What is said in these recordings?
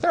there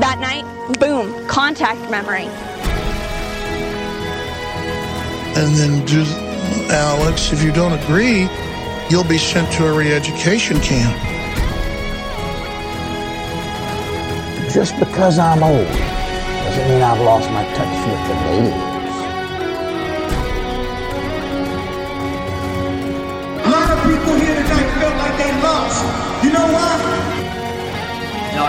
That night, boom, contact memory. And then, do, Alex, if you don't agree, you'll be sent to a re education camp. Just because I'm old doesn't mean I've lost my touch with the natives. A lot of people here tonight felt like they lost. You know why? Now,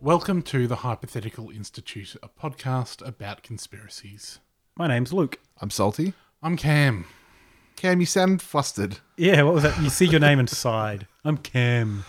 Welcome to the Hypothetical Institute, a podcast about conspiracies. My name's Luke. I'm Salty. I'm Cam. Cam, you sound flustered. Yeah, what was that? You see your name and sighed. I'm Cam.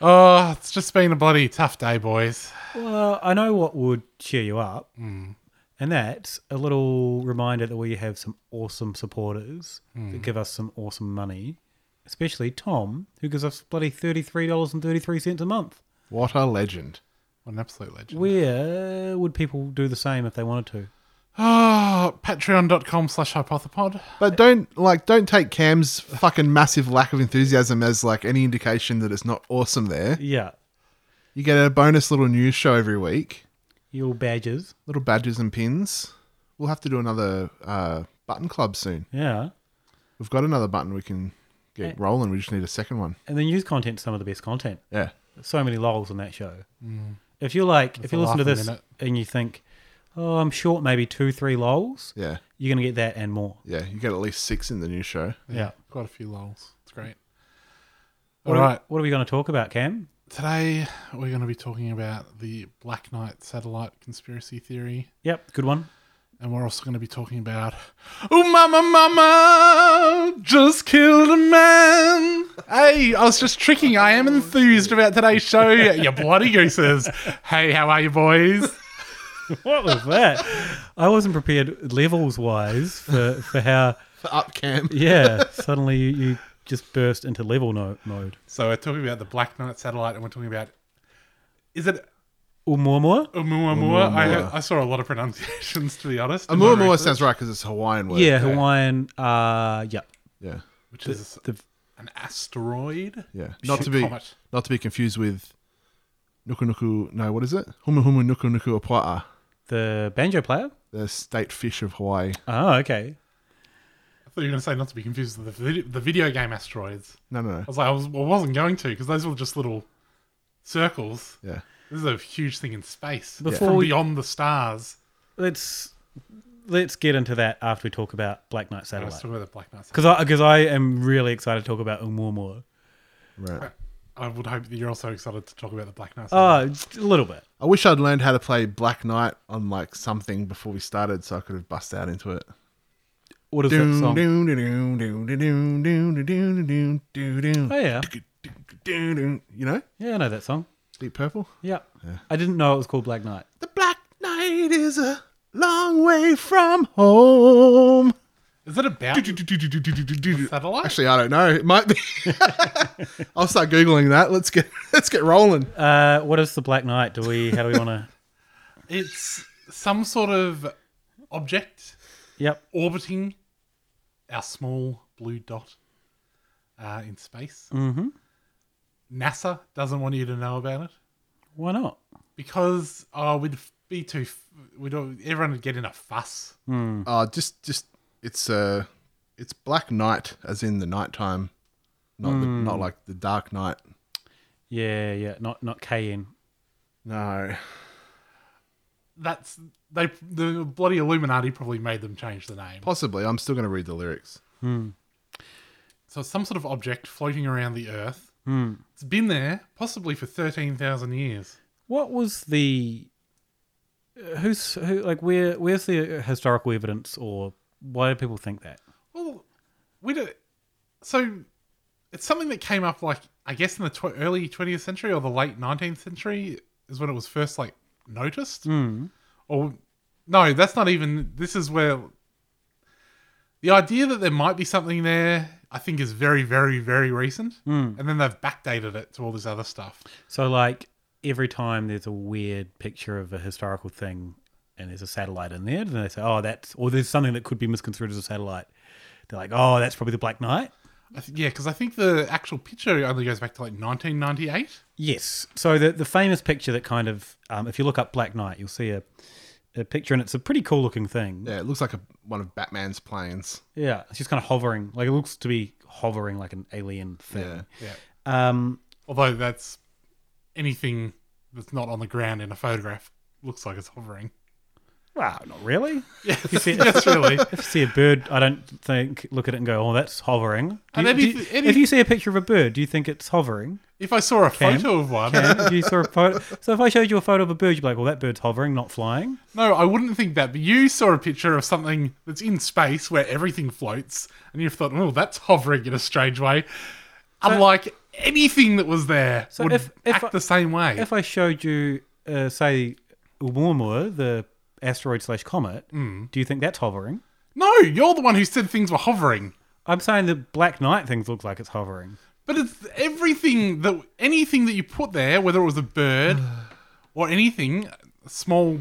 Oh, it's just been a bloody tough day, boys. Well, I know what would cheer you up, Mm. and that's a little reminder that we have some awesome supporters Hmm. that give us some awesome money, especially Tom, who gives us bloody $33.33 a month. What a legend. What an absolute legend. Where would people do the same if they wanted to? Ah, patreon.com slash hypothepod. But don't like don't take Cam's fucking massive lack of enthusiasm as like any indication that it's not awesome there. Yeah, You get a bonus little news show every week. your badges. Little badges and pins. We'll have to do another uh, button club soon. Yeah. We've got another button we can Eh. get rolling. We just need a second one. And the news content's some of the best content. Yeah. so many lols on that show. If you're like, if a you listen to laugh a this minute. and you think, oh, I'm short maybe two, three lols, Yeah. you're going to get that and more. Yeah. You get at least six in the news show. Yeah. Quite a few lols. It's great. What All are, right. What are we going to talk about, Cam? Today, we're going to be talking about the Black Knight satellite conspiracy theory. Yep. Good one. And we're also going to be talking about, oh mama, mama, just killed a man. Hey, I was just tricking. I am enthused about today's show. You bloody gooses. Hey, how are you boys? What was that? I wasn't prepared levels wise for, for how, Up Cam. yeah, suddenly you, you just burst into level no, mode. So we're talking about the Black Knight satellite, and we're talking about, is it Umuamua? Oumuamua? I, I saw a lot of pronunciations, to be honest. in my Amor research, sounds right because it's a Hawaiian word. Yeah, Hawaiian. Uh, yeah. Yeah. Which is The, an asteroid. Yeah. Not Shit, to be comet. not to be confused with Nuku Nuku no, what is it? Humu Humu Nuku Nuku Apua'a, the banjo player? the state fish of Hawaii. Oh, okay. I thought you were going to say not to be confused with the, vid- the video game asteroids. No no no. I was like, I, was, I wasn't going to because those were just little circles. Yeah. This is a huge thing in space. Before From we- beyond the stars. Let's let's get into that after we talk about Black Knight I was Satellite. talking about the Black Knight. Because I, cause I am really excited to talk about Umuamua. Right. I would hope that you're also excited to talk about the Black Knight. Oh, a little bit. I wish I'd learned how to play Black Knight on like something before we started so I could have bust out into it. What is that Doom, song? doom, doom, doom, doom, doom, doom, doom, doom, doom, doom. Oh, yeah. Doom, doom. You know? Yeah, I know that song. Deep Purple? Yeah. I didn't know it was called Black Knight. The Black Knight is a long way from home. is it about the satellite? Actually, I don't know. It might be. I'll start googling that. Let's get let's get rolling. Uh, what is the Black Knight? Do we? How do we want to? it's some sort of object Yep. orbiting our small blue dot uh, in space. Mm-hmm. NASA doesn't want you to know about it. Why not? because uh, we'd f- be too. F- we'd all, everyone would get in a fuss. Uh, just just it's uh it's Black Knight as in the nighttime, not the, not like the Dark Knight. Yeah, yeah. Not not KN. No, that's they the bloody Illuminati probably made them change the name. Possibly. I'm still going to read the lyrics. Hmm. So it's some sort of object floating around the Earth. Hmm. It's been there possibly for thirteen thousand years. What was the uh, who's who like where where's the historical evidence or why do people think that? Well, we do. So it's something that came up, like I guess, in the tw- early 20th century or the late 19th century is when it was first like noticed. Mm. Or no, that's not even. This is where the idea that there might be something there, I think, is very, very, very recent. Mm. And then they've backdated it to all this other stuff. So like every time there's a weird picture of a historical thing and there's a satellite in there, then they say, "Oh, that's," or there's something that could be misconstrued as a satellite. They're like, "Oh, that's probably the Black Knight." I th- yeah, because I think the actual picture only goes back to like 1998. Yes. So the the famous picture that kind of, um, if you look up Black Knight, you'll see a, a picture, and it's a pretty cool looking thing. Yeah, it looks like a one of Batman's planes. Yeah, it's just kind of hovering. Like it looks to be hovering like an alien thing. Yeah. Um, Although that's anything that's not on the ground in a photograph looks like it's hovering. Wow, not really. Yeah, If you see, yes, really. If you see a bird, I don't think look at it and go, "Oh, that's hovering." Do And you- any- do you- any- if you see a picture of a bird, do you think it's hovering? If I saw a Cam? photo of one, Cam, if you saw a photo, so if I showed you a photo of a bird, you'd be like, "Well, that bird's hovering, not flying." no, I wouldn't think that. But you saw a picture of something that's in space where everything floats, and you've thought, "Oh, that's hovering in a strange way." Unlike anything that was there So would if- if act I- the same way. If I showed you, uh, say, Oumuamua, the asteroid slash comet, Mm. do you think that's hovering? no, you're the one who said things were hovering. I'm saying the Black Knight things look like it's hovering. But it's everything that anything that you put there, whether it was a bird or anything, a small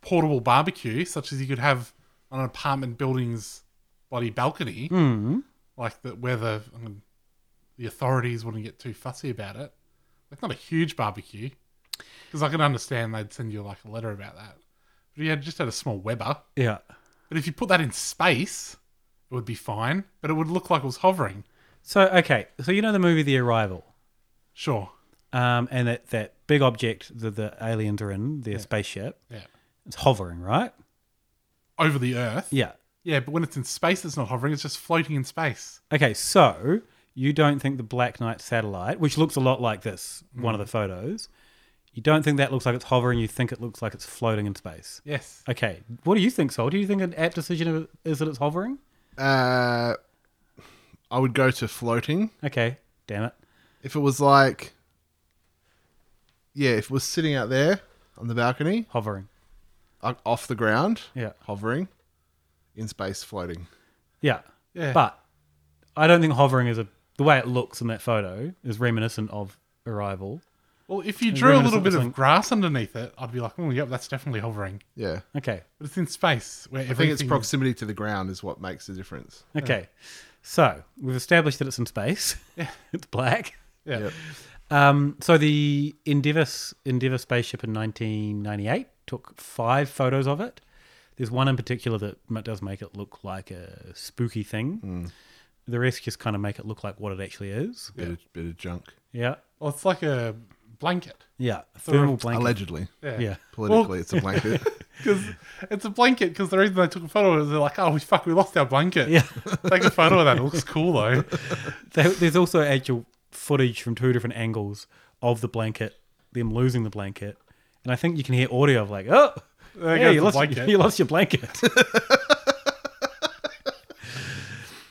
portable barbecue, such as you could have on an apartment building's bloody balcony, Mm. like the, where the I mean, the authorities wouldn't get too fussy about it. Like not a huge barbecue, because I can understand they'd send you like a letter about that. But you had just had a small Weber. Yeah. But if you put that in space, it would be fine. But it would look like it was hovering. So okay, so you know the movie The Arrival, Sure. um, and that that big object that the aliens are in, their spaceship, Yeah. it's hovering, right? Over the Earth. Yeah. Yeah, but when it's in space, it's not hovering. It's just floating in space. Okay, so you don't think the Black Knight satellite, which looks a lot like this, one of Mhm. the photos, you don't think that looks like it's hovering. You think it looks like it's floating in space. Yes. Okay. What do you think, Sol? Do you think an apt decision is that it's hovering? Uh, I would go to floating. Okay. Damn it. If it was like, yeah, if it was sitting out there on the balcony, hovering, off the ground, Yeah. hovering, in space, floating. Yeah. Yeah. But I don't think hovering is a the way it looks in that photo is reminiscent of arrival. Well, if you It's drew a little reminiscent bit of something- grass underneath it, I'd be like, oh, yep, that's definitely hovering. Yeah. Okay. But it's in space where I think it's everything- proximity to the ground is what makes the difference. Okay. So we've established that it's in space. Yeah. it's black. Yeah. Yep. Um, so the Endeavour Endeavour spaceship in 1998 took five photos of it. There's one in particular that m- does make it look like a spooky thing. The rest just kind of make it look like what it actually is. Bit, of, bit of junk. Yeah. Well, it's like a blanket. Yeah. A Sort of- thermal blanket. Allegedly. Yeah. Yeah. Politically, it's a blanket. Because it's a blanket, because the reason they took a photo is they're like, oh, we fuck, we lost our blanket. Yeah. Take a photo of that. It looks cool, though. There- There's also actual footage from two different angles of the blanket, them losing the blanket, and I think you can hear audio of like, "Oh, There yeah, goes you the lost, blanket." you lost your blanket."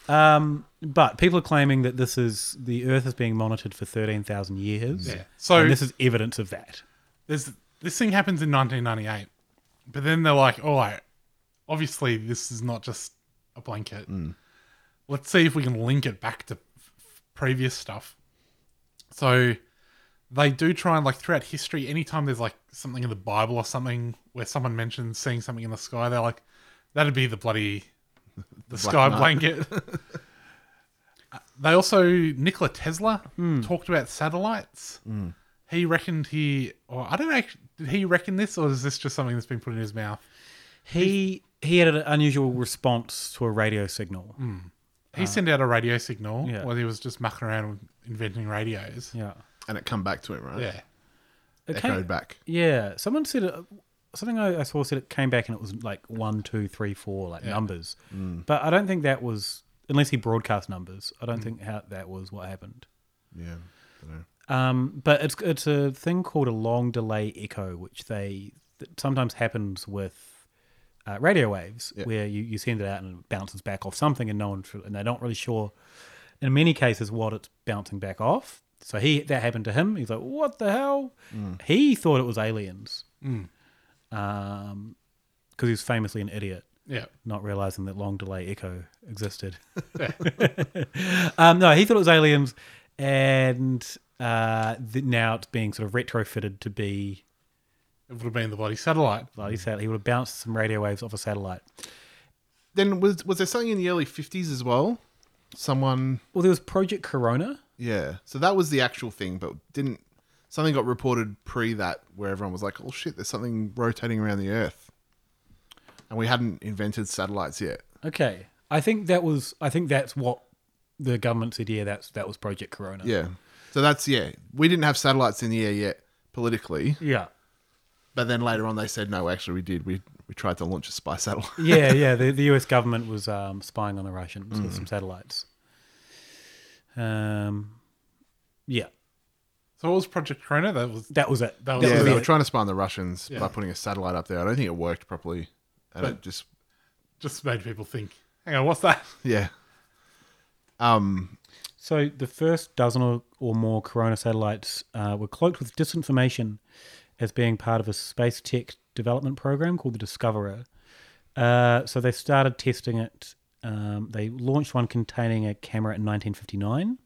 um, but people are claiming that this is the Earth is being monitored for thirteen thousand years. Yeah. So- and this is evidence of that. There's This thing happens in 1998. But then they're like, all right, obviously, this is not just a blanket. let's see if we can link it back to f- f- previous stuff. So they do try and like throughout history, anytime there's like something in the Bible or something where someone mentions seeing something in the sky, they're like, that'd be the bloody the Black sky Knight. blanket. Uh, they also Nikola Tesla talked about satellites. Mm. He reckoned he, or I don't know, did he reckon this, or is this just something that's been put in his mouth? He he had an unusual response to a radio signal. He sent out a radio signal Uh, yeah. while he was just mucking around with inventing radios. Yeah. and it come back to him, right? Yeah. It Echoed came- back. Yeah, someone said it. something I, I saw said it came back and it was like one, two, three, four, like Yeah. numbers. Mm. But I don't think that was unless he broadcast numbers. I don't think how that was what happened. Yeah. Um, but it's it's a thing called a long delay echo, which they that sometimes happens with uh, radio waves, where you, you send it out and it bounces back off something, and no one and they're not really sure. In many cases, what it's bouncing back off. So he that happened to him. He's like, "What the hell?" Mm. He thought it was aliens, Mm. um, because he was famously an idiot. Yeah. not realizing that long delay echo existed. um, no, he thought it was aliens, and uh, th- now it's being sort of retrofitted to be. It would have been the Mm. bloody satellite. Bloody satellite. He would have bounced some radio waves off a satellite. Then was was there something in the early fifties as well? Someone. Well, there was Project Corona. Yeah, so that was the actual thing, but didn't something got reported pre that where everyone was like, "Oh shit, there's something rotating around the Earth," and we hadn't invented satellites yet. Okay, I think that was. I think that's what the government said. Yeah, that's that was Project Corona. Yeah. So that's yeah. We didn't have satellites in the air yet politically. Yeah. But then later on they said no, actually we did. We we tried to launch a spy satellite. yeah, yeah. The, the U.S. government was um, spying on the Russians with Mm. some satellites. Um, yeah. So what was Project Corona? That was that was it. That was yeah, it. they were trying to spy on the Russians Yeah. by putting a satellite up there. I don't think it worked properly. And But- it just Just made people think. Hang on, what's that? yeah. Um, so the first dozen or, or more Corona satellites uh, were cloaked with disinformation as being part of a space tech development program called the Discoverer. Uh, so they started testing it. Um, they launched one containing a camera in 1959,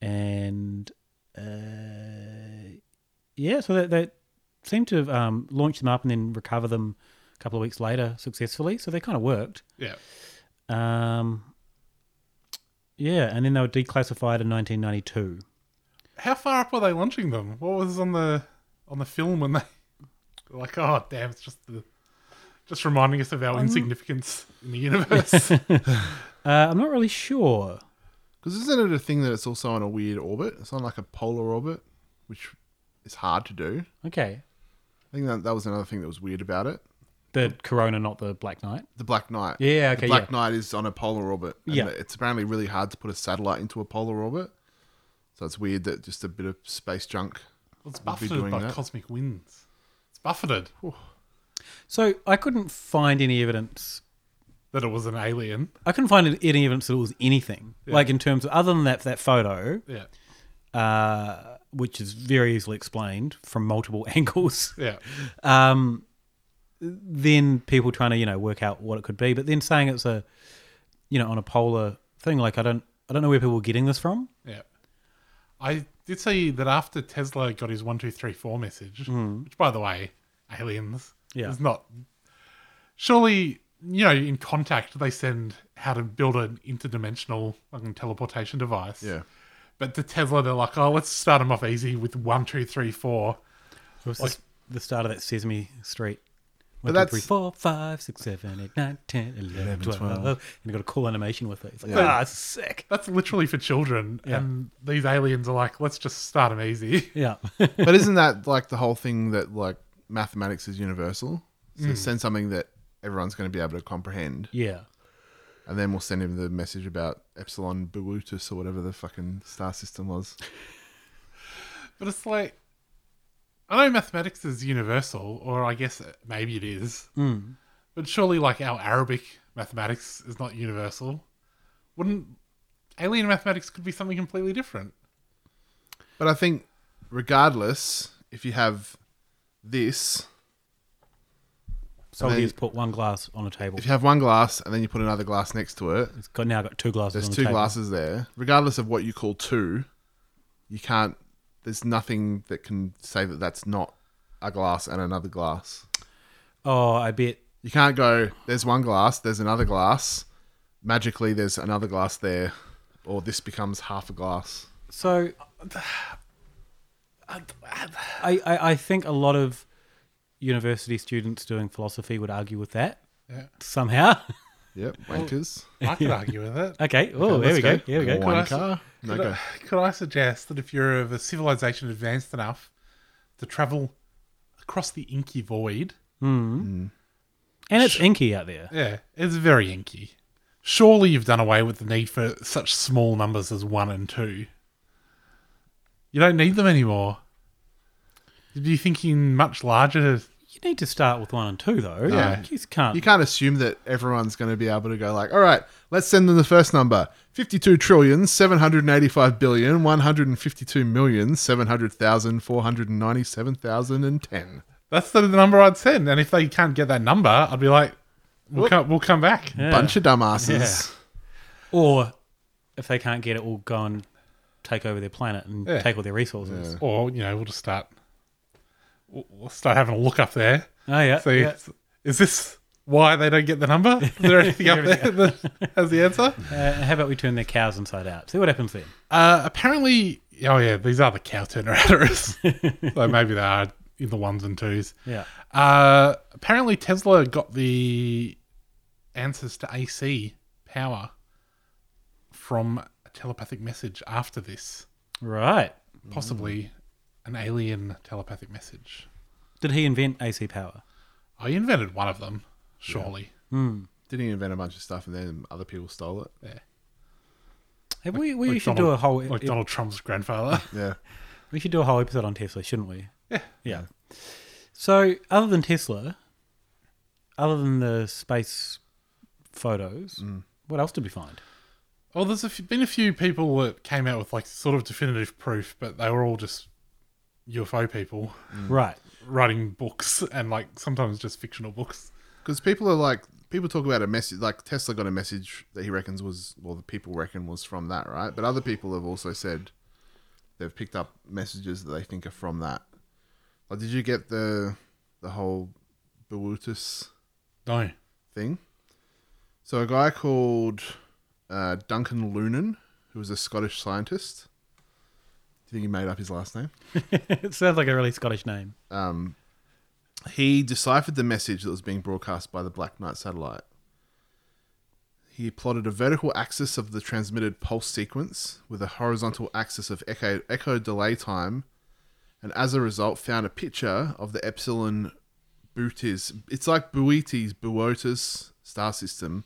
and uh, yeah, so they, they seemed to have um, launched them up and then recover them a couple of weeks later successfully. So they kind of worked. Yeah. Um, yeah, and then they were declassified in 1992. How far up were they launching them? What was on the on the film when they they're like, oh damn, it's just the just reminding us of our Um, insignificance in the universe. Uh, I'm not really sure. Because isn't it a thing that it's also on a weird orbit? It's on like a polar orbit, which is hard to do. Okay. I think that, that was another thing that was weird about it. The Corona, not the Black Knight. The Black Knight. Yeah, okay, The Black yeah. Knight is on a polar orbit. and Yeah. It's apparently really hard to put a satellite into a polar orbit. So it's weird that just a bit of space junk it's would be buffeted doing by that. cosmic winds. It's buffeted. So I couldn't find any evidence that it was an alien. I couldn't find any evidence that it was anything. Yeah. Like in terms of other than that that photo, Yeah. uh, which is very easily explained from multiple angles. Yeah. Um, then people trying to you know work out what it could be, but then saying it's a you know on a polar thing. Like I don't I don't know where people were getting this from. Yeah. I did see that after Tesla got his one, two, three, four message, Mm. which by the way, aliens Yeah. is not surely you know, in contact they send how to build an interdimensional fucking teleportation device. Yeah. But to Tesla they're like, Oh, let's start them off easy with one, two, three, four. It was Like- the, the start of that Sesame Street. One, two, But that's- three, four, five, six, seven, eight, nine, 10, 11, 12. 12. And you got a cool animation with it. It's like, ah, it's sick. That's literally for children, Yeah. and these aliens are like, "Let's just start them easy." Yeah, but isn't that like the whole thing that like mathematics is universal? So Mm. send something that everyone's going to be able to comprehend. Hmm. Yeah. And then we'll send him the message about Epsilon Bootus or whatever the fucking star system was. But it's like, I know mathematics is universal, or I guess maybe it is. Hmm. Mm. But surely, like, our Arabic mathematics is not universal. Wouldn't alien mathematics could be something completely different? But I think, regardless, if you have this, So and then- he just put one glass on a table. if you have one glass and then you put another glass next to it, it's got now got two glasses. there's on the two table. glasses there. Regardless of what you call two, you can't. There's nothing that can say that that's not a glass and another glass. Oh, I bet. You can't go. There's one glass. There's another glass. Magically, there's another glass there, or this becomes half a glass. So, I, I I think a lot of university students doing philosophy would argue with that. Yeah. Somehow. Yep, wankers. I could argue with it. Okay. Oh, there let's we go. Here we go. Could I, Wanker. No could I- go. could I suggest that if you're of a civilization advanced enough to travel across the inky void. Mm. And it's inky out there. Yeah, it's very inky. Surely you've done away with the need for such small numbers as one and two. You don't need them anymore. You'd be thinking much larger. You need to start with one and two, though. Yeah. You can't. You can't assume that everyone's going to be able to go like, all right, let's send them the first number: fifty-two trillion, seven hundred eighty-five billion, one hundred and fifty-two million, seven hundred thousand, four hundred ninety-seven thousand and ten. That's the number I'd send. And if they can't get that number, I'd be like, we'll, Whoop. come, we'll come back. Yeah. Bunch of dumbasses. Yeah. Or if they can't get it, we'll go and take over their planet and Yeah. take all their resources. Or, you know, we'll just start. We'll we'll start having a look up there. Oh, yeah, See, yeah. is this why they don't get the number? Is there anything up there that has the answer? Uh, how about we turn their cows inside out? See what happens then. Uh, apparently, oh yeah, these are the cow turner adders. so maybe they are in the ones and twos. Yeah. Uh, apparently, Tesla got the answers to AC power from a telepathic message after this. Right. Possibly an alien telepathic message. Did he invent AC power? I Oh, invented one of them, surely. Hmm. Did he invent a bunch of stuff and then other people stole it? Yeah. Hey, we we Like should do Donald- a whole like Donald Trump's grandfather. Yeah. We should do a whole episode on Tesla, shouldn't we? Yeah. Yeah. So, other than Tesla, other than the space photos, what else did we find? Well, there's a f- been a few people that came out with like sort of definitive proof, but they were all just UFO people, Right. Writing books and like sometimes just fictional books. Because people are like, people talk about a message, like Tesla got a message that he reckons was, well, the people reckon was from that, right? But other people have also said they've picked up messages that they think are from that. Like, did you get the the whole Bewutus No. thing? So a guy called uh, Duncan Lunan, who was a Scottish scientist. Do you think he made up his last name? it sounds like a really Scottish name. um, he deciphered the message that was being broadcast by the Black Knight satellite. He plotted a vertical axis of the transmitted pulse sequence with a horizontal axis of echo, echo delay time, and as a result, found a picture of the Epsilon Bootis. It's like Boötes, Boötes star system.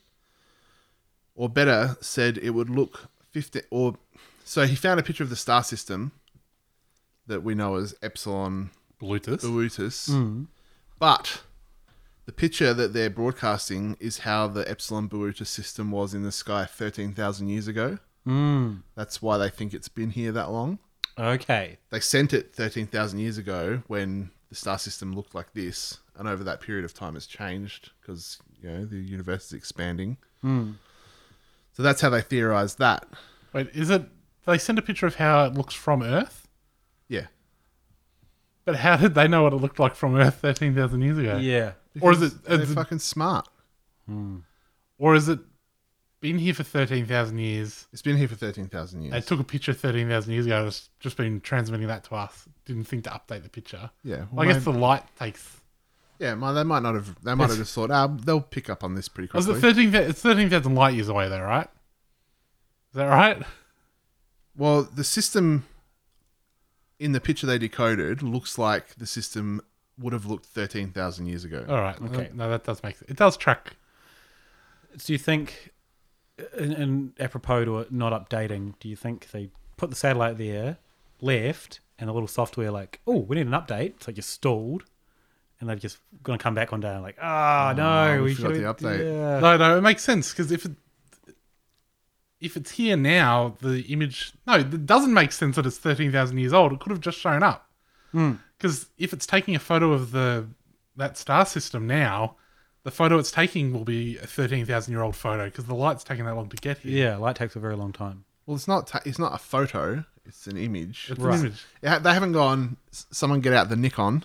Or better, said it would look 50 or so he found a picture of the star system that we know as Epsilon Blutus. Blutus. Mm. But the picture that they're broadcasting is how the Epsilon Blutus system was in the sky 13,000 years ago. Mm. That's why they think it's been here that long. Okay. They sent it 13,000 years ago when the star system looked like this. And over that period of time, it's changed because, you know, the universe is expanding. Hmm. So that's how they theorize that. Wait, is it? They send a picture of how it looks from Earth. Yeah. But how did they know what it looked like from Earth thirteen thousand years ago? Yeah. Or is it? Because is They're it- fucking smart. Or is it? Been here for thirteen thousand years. It's been here for 13,000 years. They took a picture thirteen thousand years ago. and It's just been transmitting that to us. Didn't think to update the picture. Yeah, I guess maybe- the light takes Yeah, mi- they might not have. They might have just thought, ah, they'll pick up on this pretty Was quickly. it thirteen? thou- oh, It's thirteen thousand light years away, though, right? Is that right? well, the system in the picture they decoded looks like the system would have looked thirteen thousand years ago. All right. Okay. No, that does make sense. It does track. Do you think, and, and apropos to it not updating, do you think they put the satellite there, left, and the little software like, oh, we need an update, it's like you're stalled, and they're just going to come back one day and like, ah, no, we we Oh, forgot should the update. Yeah. No, no, it makes sense because if it if it's here now, the image no, it doesn't make sense that it's thirteen thousand years old. It could have just shown up Hmm. because if it's taking a photo of the that star system now, the photo it's taking will be a thirteen thousand year old photo because the light's taking that long to get here. Yeah, light takes a very long time. Well, it's not. Ta- it's not a photo. It's an image. It's an Right. image. Yeah, they haven't gone. "S- Someone get out the Nikon.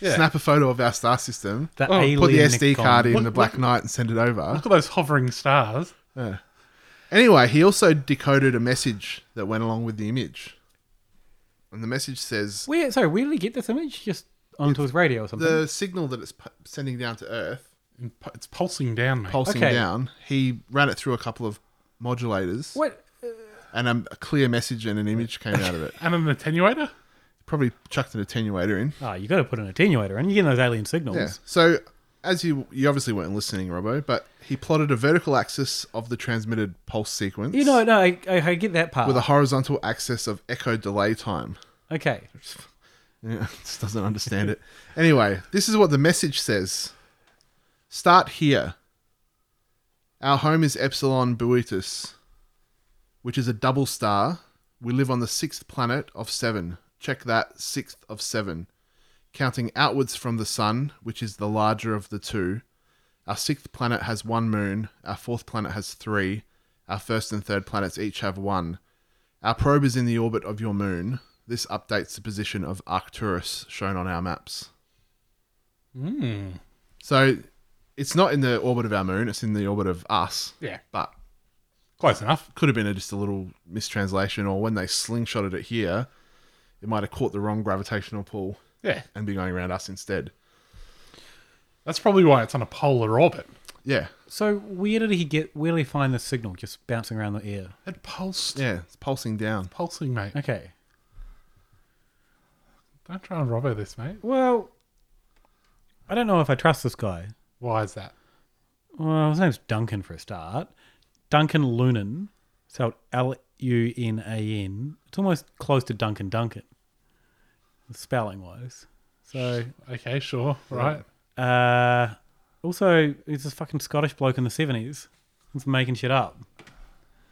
Yeah. Snap Oh, a photo of our star system. The put the alien SD Nikon. card in Look- the Black Knight and send it over. Look at those hovering stars. Yeah. Anyway, he also decoded a message that went along with the image, and the message says Where, sorry, where did he get this image? Just onto his radio or something? the signal that it's p- sending down to Earth And pu- It's pulsing down, mate. pulsing Okay. down. He ran it through a couple of modulators, what? and um, a clear message and an image came out of it. and an attenuator. Probably chucked an attenuator in. Oh, you got to put an attenuator in. You're getting those alien signals. Yeah. So, as you you obviously weren't listening, Robbo, but he plotted a vertical axis of the transmitted pulse sequence. You know, no, I, I, I get that part. with a horizontal axis of echo delay time. okay. Yeah, just doesn't understand it. Anyway, this is what the message says. Start here. Our home is Epsilon Boeotis, which is a double star. We live on the sixth planet of seven. Check that, sixth of seven. Counting outwards from the sun, which is the larger of the two. Our sixth planet has one moon. Our fourth planet has three. Our first and third planets each have one. Our probe is in the orbit of your moon. This updates the position of Arcturus shown on our maps. Mm. So it's not in the orbit of our moon, it's in the orbit of us. Yeah. But close enough. Could have been a, just a little mistranslation, or when they slingshotted it here, it might have caught the wrong gravitational pull. Yeah. And be going around us instead. That's probably why it's on a polar orbit. Yeah. So where did he get? Where did he find the signal just bouncing around the air? It pulsed. Yeah, it's pulsing down. Pulsing, mate. Okay. Don't try and robber this, mate. Well, I don't know if I trust this guy. Why is that? Well, his name's Duncan for a start. Duncan Lunan, spelled L U N A N. It's almost close to Duncan Duncan, spelling wise. So okay, sure, right. Uh, also, he's this fucking Scottish bloke in the seventies. He's making shit up.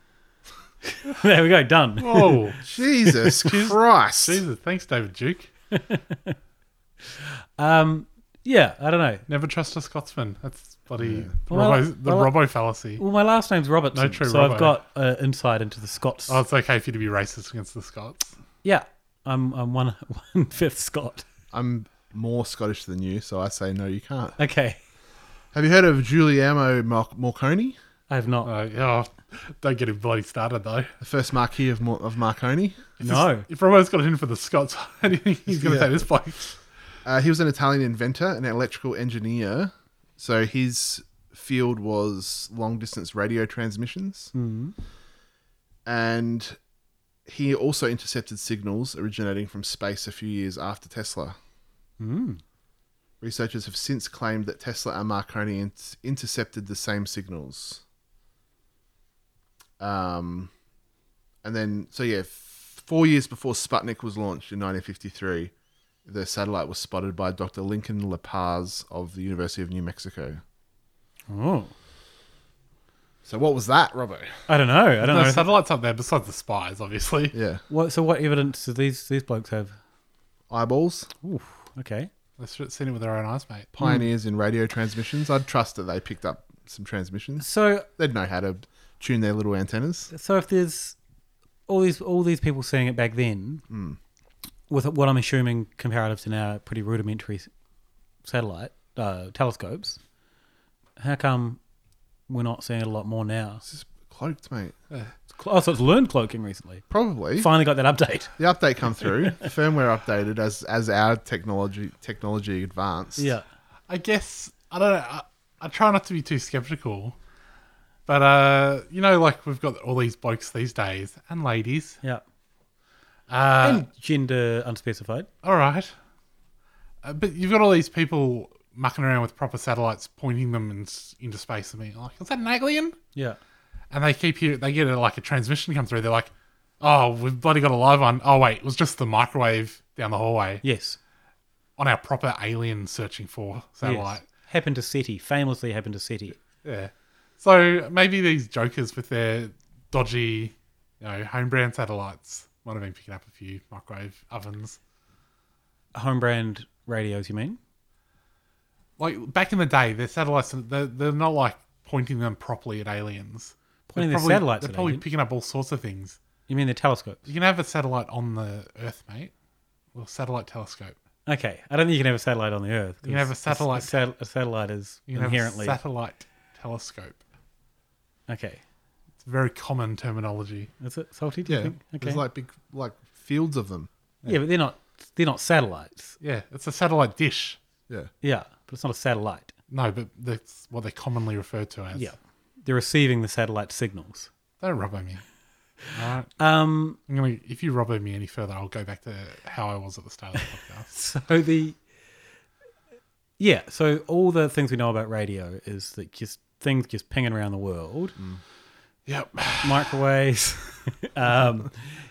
there we go. Done. Whoa. Jesus Christ. Jesus, thanks, David Duke. um, yeah, I don't know. Never trust a Scotsman. That's bloody the, Well, Robbo, well, the well, Robbo fallacy. Well, my last name's Robertson, No true so Robbo. I've got uh, insight into the Scots. Oh, it's okay for you to be racist against the Scots. yeah, I'm I'm one one fifth Scot. I'm more Scottish than you, so I say no, you can't. Okay, Have you heard of Giuliano Mal- Marconi? I have not. Uh, yeah, don't get him bloody started though. The first Marquis of, Mar- of Marconi? No. If Robbo's got it in for the Scots, I don't think he's going to Yeah. say this bloke. Uh, he was an Italian inventor and an electrical engineer. So his field was long distance radio transmissions. Mhm. And he also intercepted signals originating from space a few years after Tesla. Mm. Researchers have since claimed that Tesla and Marconi in- intercepted the same signals. Um, and then, so yeah, f- four years before Sputnik was launched in 1953, the satellite was spotted by Dr. Lincoln La Paz of the University of New Mexico. Oh, So what was that, Robbo? I don't know. I don't no know. satellites up there besides the spies, obviously. Yeah, What, so what evidence do these these blokes have? eyeballs, Oof. Okay. They've seen it with their own eyes, mate. pioneers in radio transmissions. I'd trust that they picked up some transmissions. So They'd know how to tune their little antennas. so if there's all these all these people seeing it back then, Mm. with what I'm assuming comparative to now, pretty rudimentary s- satellite uh, telescopes, how come we're not seeing it a lot more now? Cloaked, mate. Oh, so it's learned cloaking recently. Probably. Finally got that update. The update come through. firmware updated as as our technology technology advanced. Yeah. I guess I don't know. I, I try not to be too skeptical, but uh, you know, like we've got all these blokes these days and ladies. Yeah. Uh, and gender unspecified. all right, uh, but you've got all these people mucking around with proper satellites, pointing them in, into space, and being like, "Is that an alien?" Yeah. And they keep hear They get a, like a transmission come through. They're like, "Oh, we've bloody got a live one." Oh wait, it was just the microwave down the hallway Yes. on our proper alien searching for satellite. Yes. Happened to SETI. Famously happened to SETI. Yeah. So maybe these jokers with their dodgy, you know, home brand satellites might have been picking up a few microwave ovens. Home brand radios, you mean? Like back in the day, their satellites they're, they're not like pointing them properly at aliens. Pointing their They're probably- satellites They're at probably aliens. picking up all sorts of things. You mean the telescopes? You can have a satellite on the Earth, mate. Well, satellite telescope. Okay. I don't think you can have a satellite on the Earth. You can have a 'cause s- satellite- A, sat- a satellite is You can inherently. have a satellite telescope. okay. It's very common terminology. Is it salty? Do Yeah. you think? Okay. There's like big like fields of them. yeah, but they're not. They're not satellites. Yeah, it's a satellite dish. Yeah. Yeah, but it's not a satellite. No, but that's what they're commonly referred to as. Yeah. They're receiving the satellite signals. Don't rub on me. Alright. Um, I'm gonna, if you robber me any further, I'll go back to how I was at the start of the podcast. so the yeah, so all the things we know about radio is that just things just pinging around the world. Yep, microwaves. um,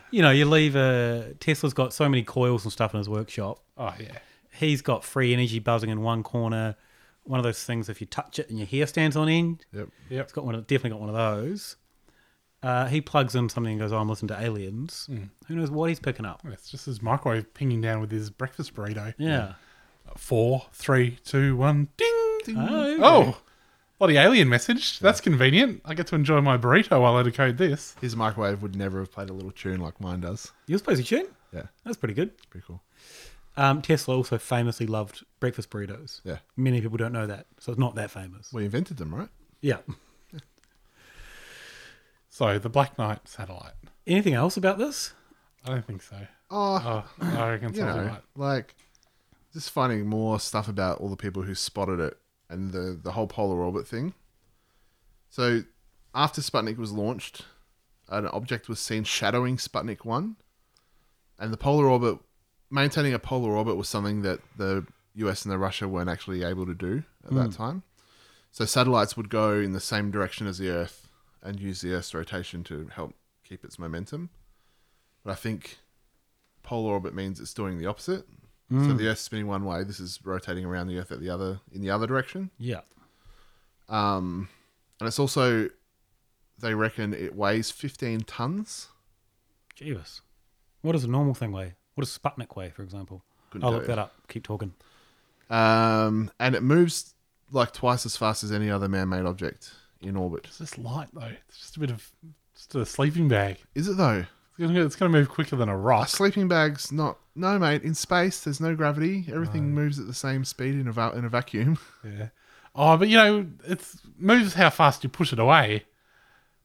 you know, you leave a Tesla's got so many coils and stuff in his workshop. Oh, yeah. he's got free energy buzzing in one corner. One of those things if you touch it and your hair stands on end. Yep. Yep. It's got one. of- Definitely got one of those. Uh, he plugs in something and goes, oh, "I'm listening to aliens." Mm. Who knows what he's picking up? It's just his microwave pinging down with his breakfast burrito. Yeah. Four, three, two, one, ding, ding. Oh. Oh, bloody alien message. That's convenient. I get to enjoy my burrito while I decode this. His microwave would never have played a little tune like mine does. Yours plays a tune. Yeah. That's pretty good. Pretty cool. Um, Tesla also famously loved breakfast burritos. Yeah. Many people don't know that, so it's not that famous. We invented them, right? Yeah. So the Black Knight satellite. Anything else about this? I don't think so. Oh, I reckon you something know, like like just finding more stuff about all the people who spotted it and the the whole polar orbit thing. So, after Sputnik was launched, an object was seen shadowing Sputnik One, and the polar orbit, maintaining a polar orbit was something that the U.S. and the Russia weren't actually able to do at that Hmm. time. So satellites would go in the same direction as the Earth and use the Earth's rotation to help keep its momentum. But I think polar orbit means it's doing the opposite. So Mm. the Earth's spinning one way. This is rotating around the Earth at the other in the other direction. Yeah. Um, and it's also they reckon it weighs 15 tons. Jeebus. What does a normal thing weigh? What does Sputnik weigh, for example? Couldn't I'll tell look you. that up. Keep talking. Um, and it moves like twice as fast as any other man-made object in orbit. It's just light though. It's just a bit of just a sleeping bag. Is it though? It's gonna, it's gonna move quicker than a rock. A sleeping bag's not. No, mate. In space, there's no gravity. Everything moves at the same speed in a va- in a vacuum. Yeah. Oh, but you know, it moves how fast you push it away.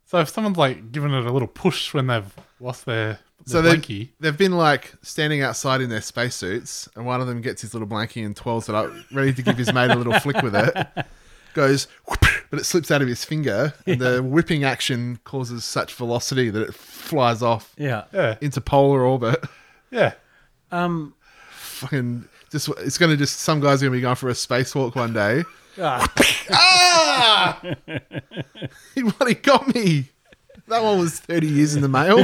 So if someone's like giving it a little push when they've lost their, So their they've, blankie, they've been like standing outside in their spacesuits, and one of them gets his little blankie and twirls it up, ready to give his mate a little flick with it. Goes, whoop, but it slips out of his finger, and the whipping action causes such velocity that it flies off Yeah. Yeah. into polar orbit. yeah. Um, Fucking just, it's going to just, some guy's going to be going for a spacewalk one day. ah. ah! He bloody got me. That one was 30 years in the mail.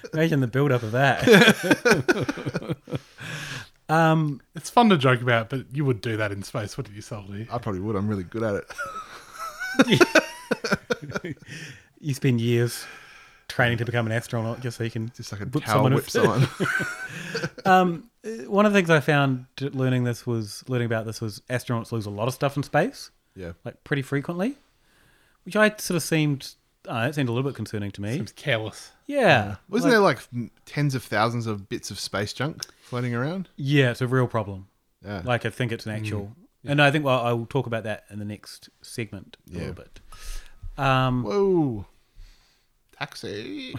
Imagine the build up of that. um, it's fun to joke about, but you would do that in space, wouldn't you, Soldy? I probably would. I'm really good at it. you spend years training to become an astronaut just so you can just like a whip towel someone. whip if- someone. um, uh, one of the things I found t- learning this was learning about this was astronauts lose a lot of stuff in space. Yeah. like pretty frequently, which I sort of seemed uh, it seemed a little bit concerning to me. Seems careless. Yeah, Wasn't there like m- tens of thousands of bits of space junk floating around? Yeah, it's a real problem. Yeah. Like I think it's an actual, Mm. Yeah. and I think well I will talk about that in the next segment a Yeah. little bit. Um, Whoa, taxi.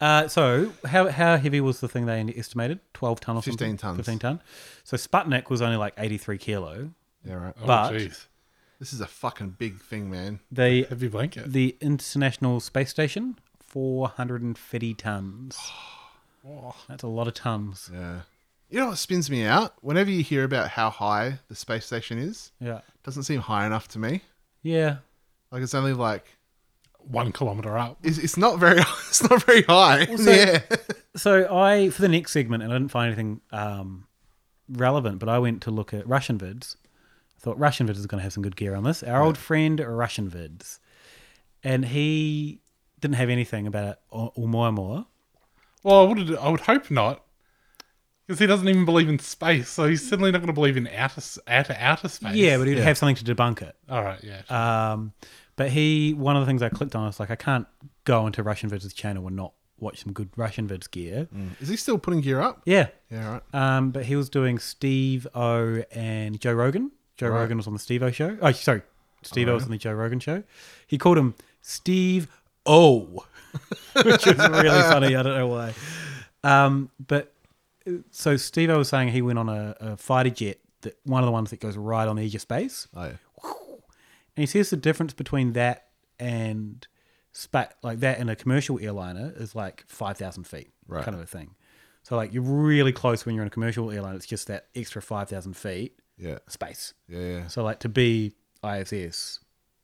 Uh, so how how heavy was the thing they estimated? Twelve ton or 15 something? tons. Fifteen ton. So Sputnik was only like eighty three kilo. Yeah, right. Oh, But jeez. This is a fucking big thing, man. the Heavy blanket. the International Space Station four hundred and thirty tons. That's a lot of tons. Oh. Yeah. You know what spins me out? Whenever you hear about how high the space station is, Yeah. it doesn't seem high enough to me. Yeah. Like it's only like One kilometer up. it's, it's not very it's not very high. Well, so, yeah. so I for the next segment, and I didn't find anything um, relevant, but I went to look at Russian vids. I thought Russian vids is going to have some good gear on this. Our old friend Russian vids, and he didn't have anything about it or, or more and more. Well, I would I would hope not, because he doesn't even believe in space, so he's certainly not going to believe in outer s- outer outer space. Yeah, but he'd have something to debunk it. All right, yeah. Um, but he, one of the things I clicked on, I was like, I can't go into Russian vids channel and not watch some good Russian vids gear. Is he still putting gear up? Yeah. Yeah, right. Um, but he was doing Steve O and Joe Rogan. Joe Right. Rogan was on the Steve O show. Oh, sorry. Steve O was on the Joe Rogan show. He called him Steve O, which was really funny. I don't know why. Um, but uh, so Steve O was saying he went on a, a fighter jet, that one of the ones that goes right on the edge of space. Oh, yeah. And he says the difference between that and spat like that and a commercial airliner is like five thousand feet, Right. Kind of a thing. So like you're really close when you're in a commercial airline. It's just that extra five thousand feet, Yeah. space. Yeah, yeah. So like to be ISS,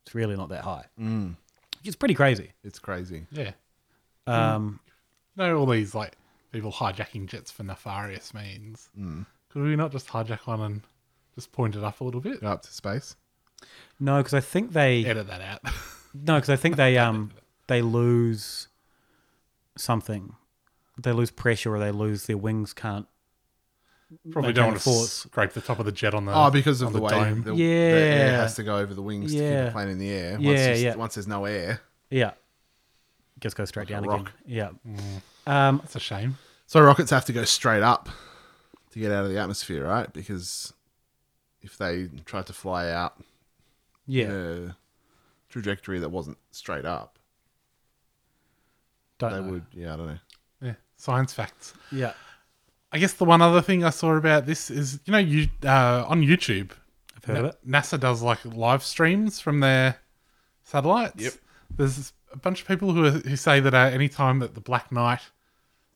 it's really not that high, Mm. which is pretty crazy. It's crazy. Yeah. Mm. Um, know all these like people hijacking jets for nefarious means. Mm. Could we not just hijack one and just point it up a little bit? Up to space. No, because I think they Edit that out. no, because I think they um they lose something. They lose pressure, or they lose their wings can't. Probably they can't don't want to afford- scrape the top of the jet on the Oh, because on of the, way dome. the, Yeah. the air has to go over the wings to keep Yeah. the plane in the air. Once, Yeah, there's- yeah. once there's no air. Yeah, just go straight down a again. rock. Yeah, um, that's a shame. So rockets have to go straight up to get out of the atmosphere, right? Because if they tried to fly out Yeah. in a trajectory that wasn't straight up, Don't they know. would. Yeah, I don't know. Yeah, science facts. Yeah. I guess the one other thing I saw about this is you know you uh, on YouTube. I've heard of it. NASA does like live streams from their satellites. Yep. There's a bunch of people who are, who say that uh, any time that the Black Knight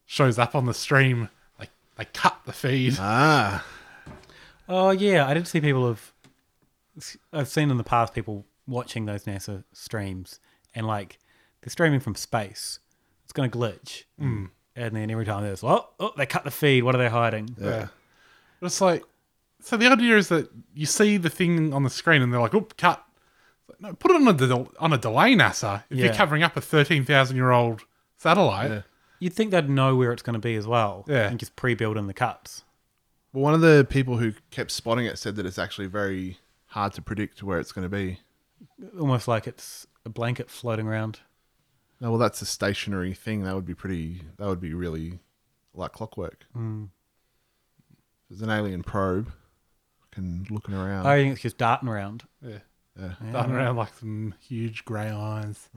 shows up on the stream, like they cut the feed. Ah. Oh yeah, I did see people have. I've seen in the past people watching those NASA streams and like they're streaming from space. It's going to glitch, Mm. and then every time there's oh, oh they cut the feed. What are they hiding? Yeah. It's like, so the idea is that you see the thing on the screen and they're like, oop, cut. It's like, No, put it on a, del- on a delay, NASA. If you're Yeah. covering up a 13,000 year old satellite. You'd think they'd know where it's going to be as well. Yeah. and just pre-build in the cups. Well, one of the people who kept spotting it said that it's actually very hard to predict where it's going to be. Almost like it's a blanket floating around. No, Oh, well, that's a stationary thing. That would be pretty. That would be really like clockwork. Mm. There's an alien probe, fucking looking around. Oh, I think it's just darting around. Yeah. Yeah. Darting around like some huge grey eyes.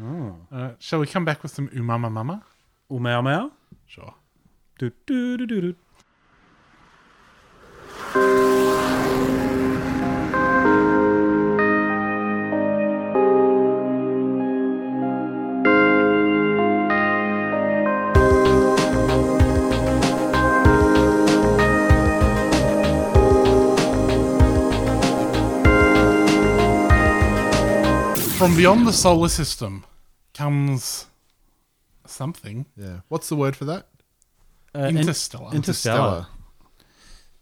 Mm. Oh. Uh, shall we come back with some umama mama? Umao mao. Sure. Do, do, do, do, do. From beyond the solar system comes something. Yeah. What's the word for that? Uh, in- interstellar. Interstellar.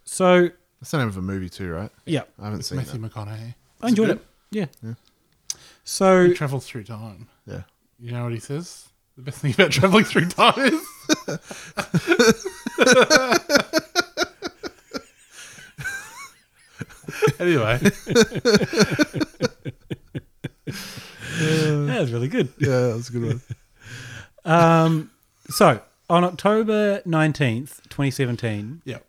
So that's the name of a movie too, right? Yeah. I haven't It's seen Matthew that. McConaughey. I enjoyed good? it. Yeah. Yeah. So He travels through time. Yeah. You know what he says? The best thing about traveling through time is. anyway. that was really good. Yeah, that was a good one. Um, so on October nineteenth, twenty seventeen, Yep.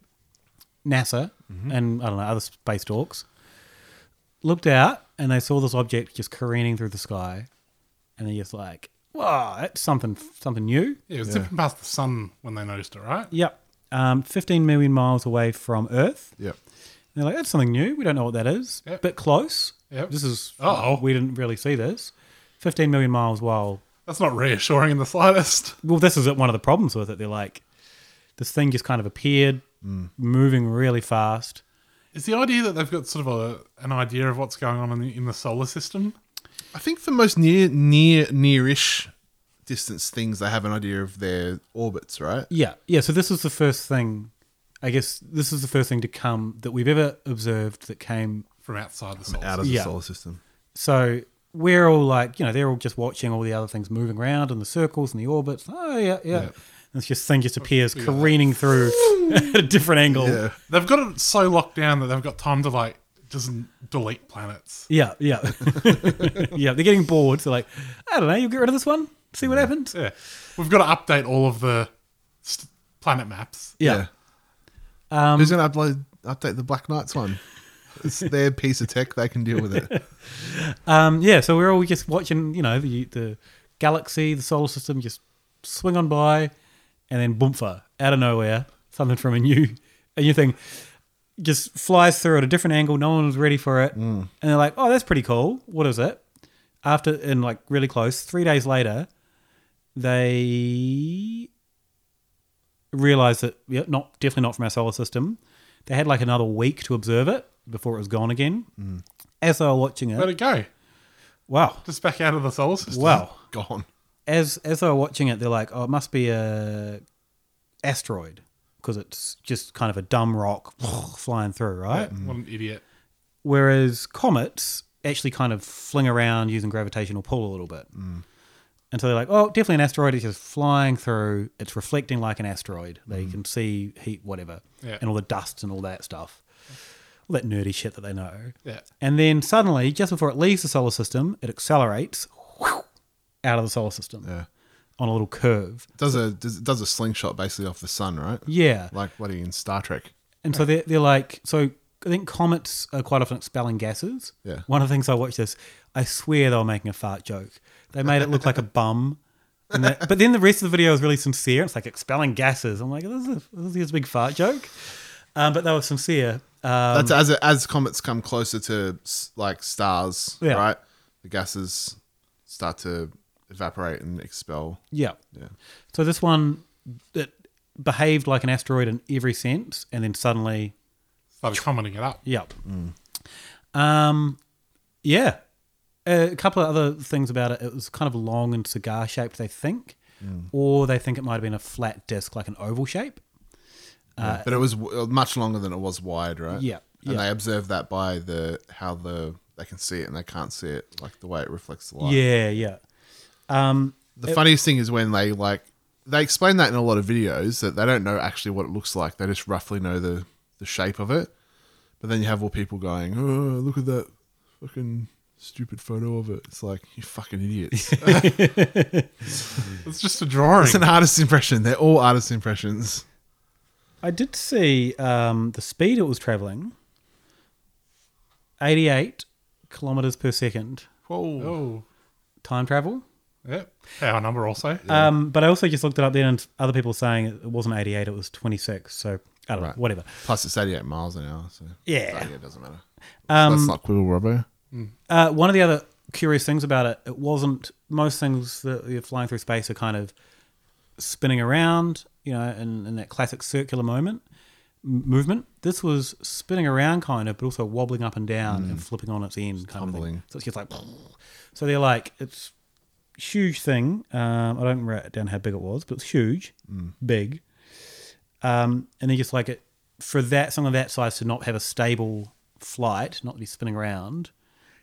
NASA and I don't know other space talks looked out and they saw this object just careening through the sky, and they're just like, "Wow, that's something something new." Yeah, it was zipping past the sun when they noticed it, right? Yep. Um, 15 million miles away from Earth. Yep. And they're like, that's something new. We don't know what that is. Yep. Bit close. Yep. This is, Uh-oh. we didn't really see this. 15 million miles while, That's not reassuring in the slightest. well, this is one of the problems with it. They're like, this thing just kind of appeared, moving really fast. Is the idea that they've got sort of a, an idea of what's going on in the, in the solar system? I think the most near, near, nearish distance things they have an idea of their orbits, right? Yeah. Yeah. So this is the first thing, I guess, this is the first thing to come that we've ever observed that came From outside the solar Out of system. the Yeah. solar system. So we're all like, you know, they're all just watching all the other things moving around and the circles and the orbits. Oh yeah, yeah. Yeah. And this just thing just appears careening through at a different angle. Yeah. They've got it so locked down that they've got time to, like, just delete planets. Yeah, yeah. yeah, they're getting bored. So like, I don't know, you'll get rid of this one, see what happens. Yeah. We've got to update all of the st- planet maps. Yeah. Um, Who's going to upload update the Black Knights one? It's their piece of tech. They can deal with it. um, yeah, so we're all just watching, you know, the the galaxy, the solar system just swing on by and then boomfa, out of nowhere, something from a new a new thing. just flies through at a different angle. No one was ready for it, Mm. and they're like, "Oh, that's pretty cool. What is it?" After and like really close, three days later, they realized that yeah, not definitely not from our solar system. They had like another week to observe it before it was gone again. Mm. As they were watching it, Where'd it go? Wow, just back out of the solar system. Wow, gone. As as they were watching it, they're like, "Oh, it must be a asteroid because it's just kind of a dumb rock flying through, right?" Yeah, What an idiot. Whereas comets actually kind of fling around using gravitational pull a little bit. Mm. And so they're like, oh, definitely an asteroid. It's just flying through. It's reflecting like an asteroid. They Mm. can see heat, whatever, Yeah. and all the dust and all that stuff. All that nerdy shit that they know. Yeah. And then suddenly, just before it leaves the solar system, it accelerates whew, out of the solar system Yeah. on a little curve. Does a does, does a slingshot basically off the sun, right? Yeah. Like bloody in Star Trek. And so they're, they're like, so I think comets are quite often expelling gases. Yeah. One of the things I watched this, I swear they were making a fart joke. They made it look like a bum. And that, Uh, but then the rest of the video is really sincere. It's like expelling gases. I'm like, this is a, this is a big fart joke. Um, but they were sincere. Um, That's as it, as comets come closer to s- like stars, Yeah. right? The gases start to evaporate and expel. Yeah. Yeah. So this one that behaved like an asteroid in every sense, and then suddenly started commenting it up. Yep. Mm. Um, yeah. Uh, a couple of other things about it. It was kind of long and cigar shaped, they think, Mm. or they think it might have been a flat disc, like an oval shape. Uh, but it was w- much longer than it was wide, right? Yeah, And yeah. they observe that by the how the they can see it and they can't see it, like the way it reflects the light. Yeah, yeah. Um, The it- funniest thing is when they like they explain that in a lot of videos that they don't know actually what it looks like. They just roughly know the the shape of it. But then you have all people going, "Oh, look at that fucking stupid photo of it." It's like you fucking idiots. it's just a drawing. It's an artist's impression. They're all artist impressions. I did see um, the speed it was traveling 88 kilometers per second. Whoa. Oh. Time travel. Yep. Our number also. Um, but I also just looked it up there, and other people saying it wasn't 88, it was 26. So I don't know, whatever. Plus, it's 88 miles an hour. So Yeah. it doesn't matter. Um, That's not quibble rubber. Uh, one of the other curious things about it, it wasn't most things that you're flying through space are kind of spinning around, you know, in, in that classic circular moment m- movement. This was spinning around kind of, but also wobbling up and down and flipping on its end, kind of thing. So it's just like, so they're like, it's huge thing. Um, I don't write down how big it was, but it's huge, Mm. big. Um, and then just like it for that something of that size to not have a stable flight, not to be spinning around,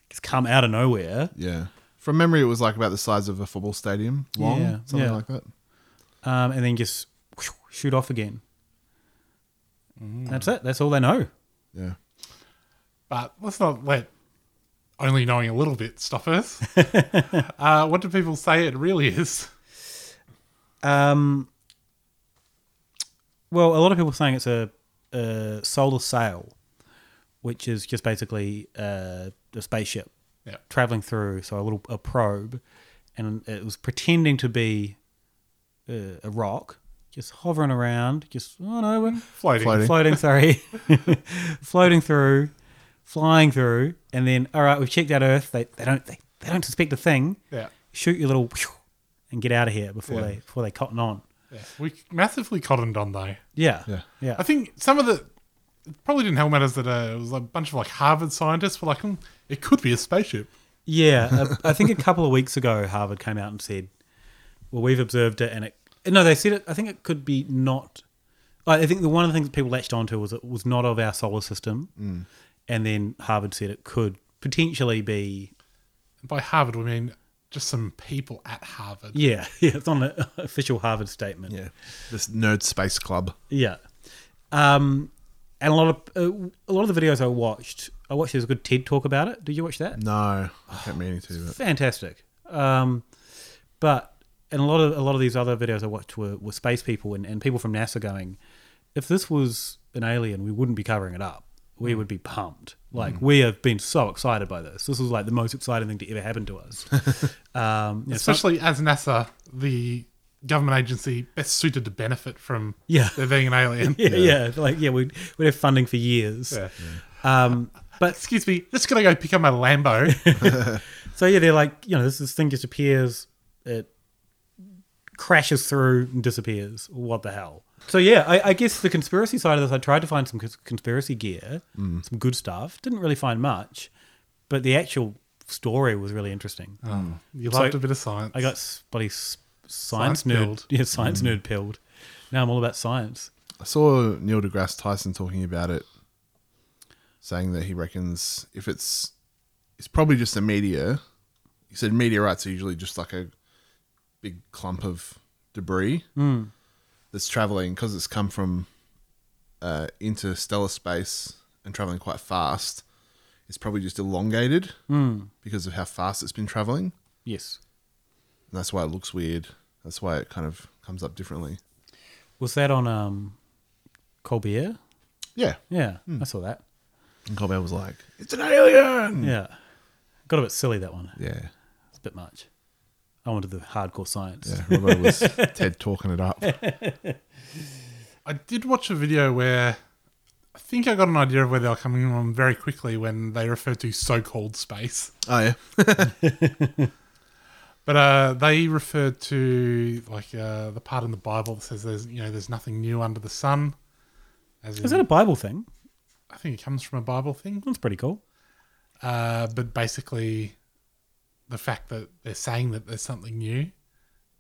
just come out of nowhere. Yeah. From memory, it was like about the size of a football stadium long, Yeah, something yeah. like that. Um, and then just shoot off again. That's it. That's all they know. Yeah. But let's not let only knowing a little bit stop us. uh, what do people say it really is? Um, well, a lot of people saying it's a, a solar sail, which is just basically uh, a spaceship Yeah. traveling through, so a little a probe, and it was pretending to be uh, a rock, just hovering around, just oh no, we're Floating. Floating. floating. Sorry, floating through, flying through, and then all right, we've checked out Earth. They, they don't they, they don't suspect a thing. Yeah. shoot your little whew, and get out of here before Yeah. they before they cotton on. Yeah. We massively cottoned on though. Yeah. Yeah. Yeah. I think some of the it probably didn't help matters that uh, it was a bunch of like Harvard scientists were like, "Hmm, it could be a spaceship. Yeah, I, I think a couple of weeks ago, Harvard came out and said, "Well, we've observed it," and it. No, they said it. I think it could be not. I think the one of the things that people latched onto was it was not of our solar system, Mm. and then Harvard said it could potentially be. And by Harvard, we mean just some people at Harvard. Yeah, yeah, it's on an official Harvard statement. Yeah, this nerd space club. Yeah, um, and a lot of uh, a lot of the videos I watched, I watched there's a good TED talk about it. Did you watch that? No, I kept meaning to. But fantastic. Um, but and a lot of a lot of these other videos I watched were, were space people and, and people from NASA going, if this was an alien, we wouldn't be covering it up. Mm. We would be pumped. Like Mm. we have been so excited by this. This was like the most exciting thing to ever happen to us. um, you know, some- Especially as NASA, the government agency best suited to benefit from Yeah. there being an alien. yeah, yeah, Uh, like yeah, we'd we'd have funding for years. Yeah. Um, but excuse me, just gonna go pick up my Lambo. so yeah, they're like you know this, this thing just appears, it crashes through and disappears. What the hell? So yeah, I, I guess the conspiracy side of this, I tried to find some cons- conspiracy gear, Hmm. Mm. some good stuff. Didn't really find much, but the actual story was really interesting. Oh, you loved a bit of science. I got s- bloody s- science, Science Hmm. nerd, pilled. yeah, science Mm. nerd pilled. Now I'm all about science. I saw Neil deGrasse Tyson talking about it, saying that he reckons if it's it's probably just a meteor. He said meteorites are usually just like a big clump of debris Mm. that's traveling because it's come from uh, interstellar space and traveling quite fast. It's probably just elongated Mm. because of how fast it's been traveling. Yes. And that's why it looks weird. That's why it kind of comes up differently. Was that on um, Colbert? Yeah. Yeah, I saw that. And Colbert was like, It's an alien! Yeah. Got a bit silly, that one. Yeah. It's a bit much. I wanted the hardcore science. Yeah, Robo was Ted talking it up. I did watch a video where I think I got an idea of where they were coming from very quickly when they referred to so-called space. Oh, yeah. But uh, they referred to like uh, the part in the Bible that says there's you know there's nothing new under the sun. As Is that a Bible thing? I think it comes from a Bible thing. That's pretty cool. Uh, but basically, the fact that they're saying that there's something new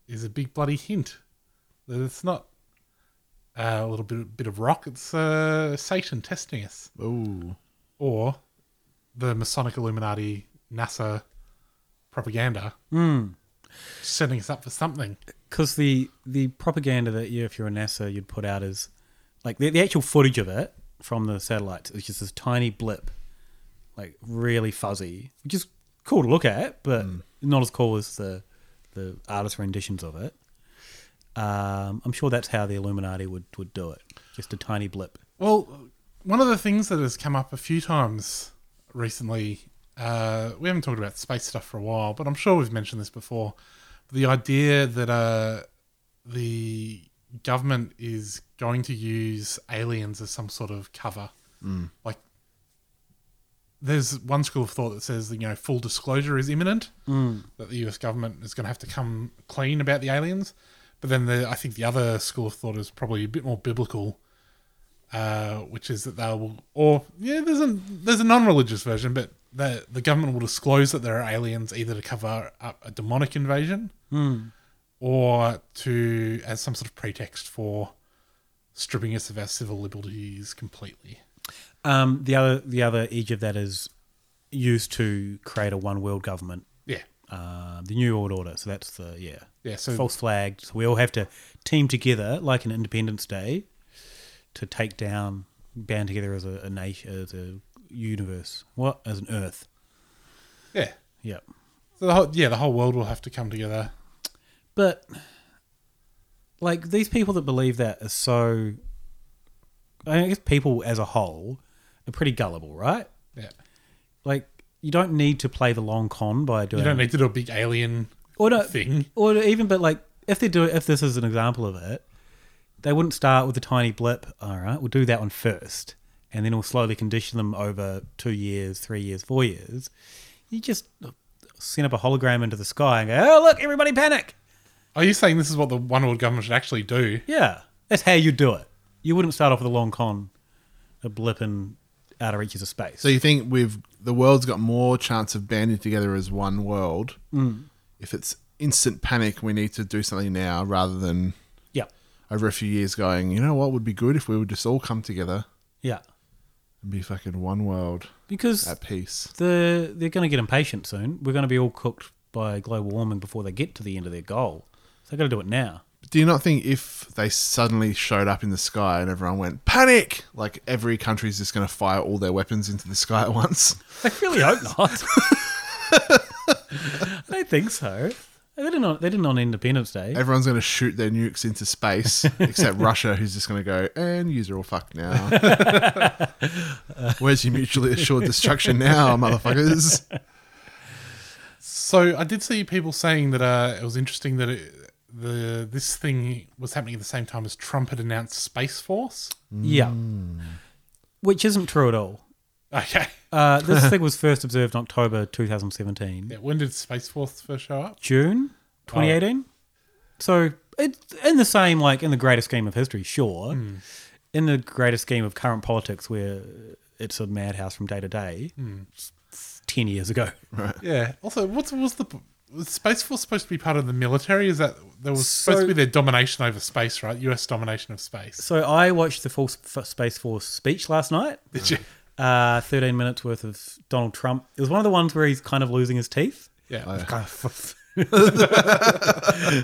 is a big bloody hint that it's not uh, a little bit bit of rock. It's uh, Satan testing us. Oh, or the Masonic Illuminati NASA propaganda Mm. setting us up for something. Because the, the propaganda that you, if you're a NASA, you'd put out is like the, the actual footage of it from the satellites is just this tiny blip, like really fuzzy, which is cool to look at, but not as cool as the, the artist renditions of it. Um, I'm sure that's how the Illuminati would, would do it. Just a tiny blip. Well, one of the things that has come up a few times recently, uh, we haven't talked about space stuff for a while, but I'm sure we've mentioned this before. The idea that uh, the government is going to use aliens as some sort of cover. Mm. Like, there's one school of thought that says, that, you know, full disclosure is imminent, Mm. that the US government is going to have to come clean about the aliens. But then the, I think the other school of thought is probably a bit more biblical, uh, which is that they will, or yeah, there's a there's a non-religious version, but the the government will disclose that there are aliens either to cover up a demonic invasion Hmm. or to as some sort of pretext for stripping us of our civil liberties completely. Um, the other the other edge of that is used to create a one world government. Yeah. Uh, the new world order. So that's the yeah. Yeah, so- false flagged. So we all have to team together like an Independence Day to take down, band together as a, a nation, as a universe. What as an Earth? Yeah. Yep. So the whole, yeah, the whole world will have to come together. But like these people that believe that are so. I guess people as a whole are pretty gullible, right? Yeah. Like you don't need to play the long con by doing. You don't need to do a big alien um, or no, thing. or even but like if they do if this is an example of it, they wouldn't start with a tiny blip. All right, we'll do that one first, and then we'll slowly condition them over two years, three years, four years. You just send up a hologram into the sky and go, "Oh look, everybody panic!" Are you saying this is what the one world government should actually do? Yeah, that's how you do it. You wouldn't start off with a long con, a blip in outer reaches of space. So you think we've the world's got more chance of banding together as one world Mm. if it's instant panic? We need to do something now rather than Yeah. over a few years going. You know what would be good if we would just all come together. Yeah. and be fucking one world because at peace. The they're going to get impatient soon. We're going to be all cooked by global warming before they get to the end of their goal. So they've got to do it now. Do you not think if they suddenly showed up in the sky and everyone went panic, like every country's just going to fire all their weapons into the sky at once? I really hope not. I don't think so. They didn't. On, they didn't on Independence Day. Everyone's going to shoot their nukes into space, except Russia, who's just going to go, and you're all fucked now. Where's your mutually assured destruction now, motherfuckers? So I did see people saying that uh, it was interesting that it, the this thing was happening at the same time as Trump had announced Space Force. Yeah. Which isn't true at all. Okay. Uh, this thing was first observed in October 2017. Yeah, when did Space Force first show up? June 2018. So it, in the same, like in the greater scheme of history, sure. Hmm. In the greater scheme of current politics, where it's a madhouse from day to day, Hmm. it's ten years ago. Right. Yeah. Also, what was the was Space Force supposed to be part of the military? Is that there was supposed So- to be their domination over space, right? U.S. domination of space. So I watched the full Sp- Space Force speech last night. Did you? Uh, 13 minutes worth of Donald Trump. It was one of the ones where he's kind of losing his teeth. Yeah. Oh, yeah. Kind of-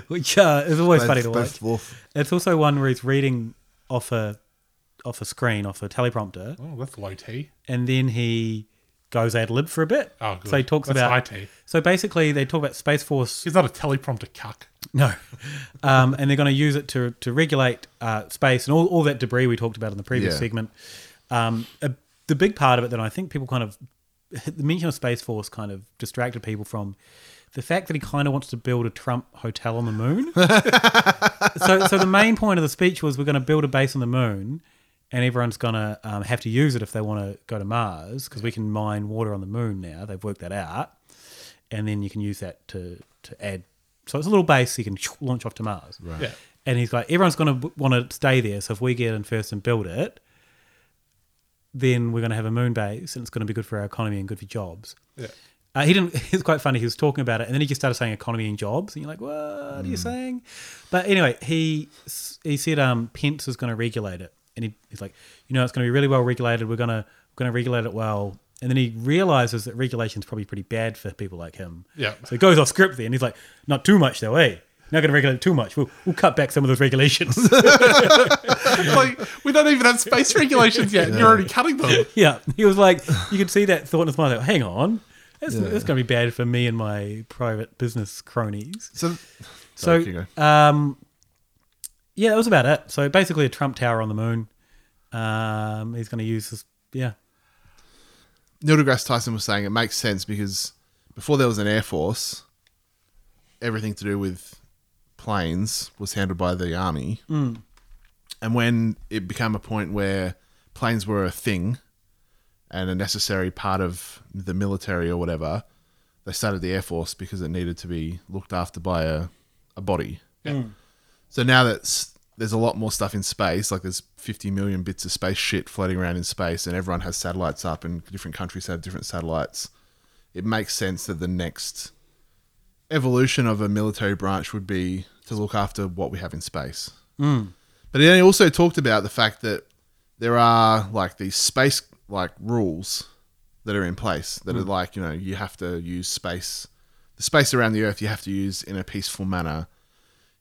Which uh, is always Space- funny to Space watch. Force. It's also one where he's reading off a off a screen, off a teleprompter. Oh, that's low T. And then he goes ad lib for a bit. Oh, good. So he talks That's about high T. So basically, they talk about Space Force. He's not a teleprompter cuck. No. Um, and they're going to use it to, to regulate uh, space and all, all that debris we talked about in the previous Yeah. segment. Um, a, the big part of it that I think people kind of, the mention of Space Force kind of distracted people from the fact that he kind of wants to build a Trump hotel on the moon. so, so the main point of the speech was we're going to build a base on the moon and everyone's going to um, have to use it if they want to go to Mars because we can mine water on the moon now. They've worked that out. And then you can use that to, to add. So it's a little base you can launch off to Mars. Right. Yeah. And he's like, everyone's going to want to stay there. So if we get in first and build it, then we're going to have a moon base and it's going to be good for our economy and good for jobs. Yeah. Uh, he didn't. It's quite funny. He was talking about it, and then he just started saying economy and jobs, and you're like, "What are you Mm. saying?" But anyway, he s- he said um, Pence is going to regulate it, and he, he's like, "You know, it's going to be really well regulated. We're gonna we're gonna regulate it well." And then he realizes that regulation's probably pretty bad for people like him. Yeah. So he goes off script there, and he's like, "Not too much though, eh? Not going to regulate it too much. We'll we'll cut back some of those regulations." like we don't even have space regulations yet. and You're already cutting them. yeah, he was like, you could see that thought in his mind. Like, Hang on, that's, Yeah. that's going to be bad for me and my private business cronies. So, so Sorry, keep going. um, yeah, that was about it. So basically, a Trump Tower on the moon. Um, he's going to use this. Yeah, Neil deGrasse Tyson was saying it makes sense because before there was an air force, everything to do with planes was handled by the army. Mm. And when it became a point where planes were a thing and a necessary part of the military or whatever, they started the air force because it needed to be looked after by a, a body. Yeah. Mm. So now that's there's a lot more stuff in space, like there's 50 million bits of space shit floating around in space, and everyone has satellites up, and different countries have different satellites. It makes sense that the next evolution of a military branch would be to look after what we have in space. Mm. But then he also talked about the fact that there are like these space like rules that are in place that are Mm. like you know you have to use space, the space around the Earth you have to use in a peaceful manner.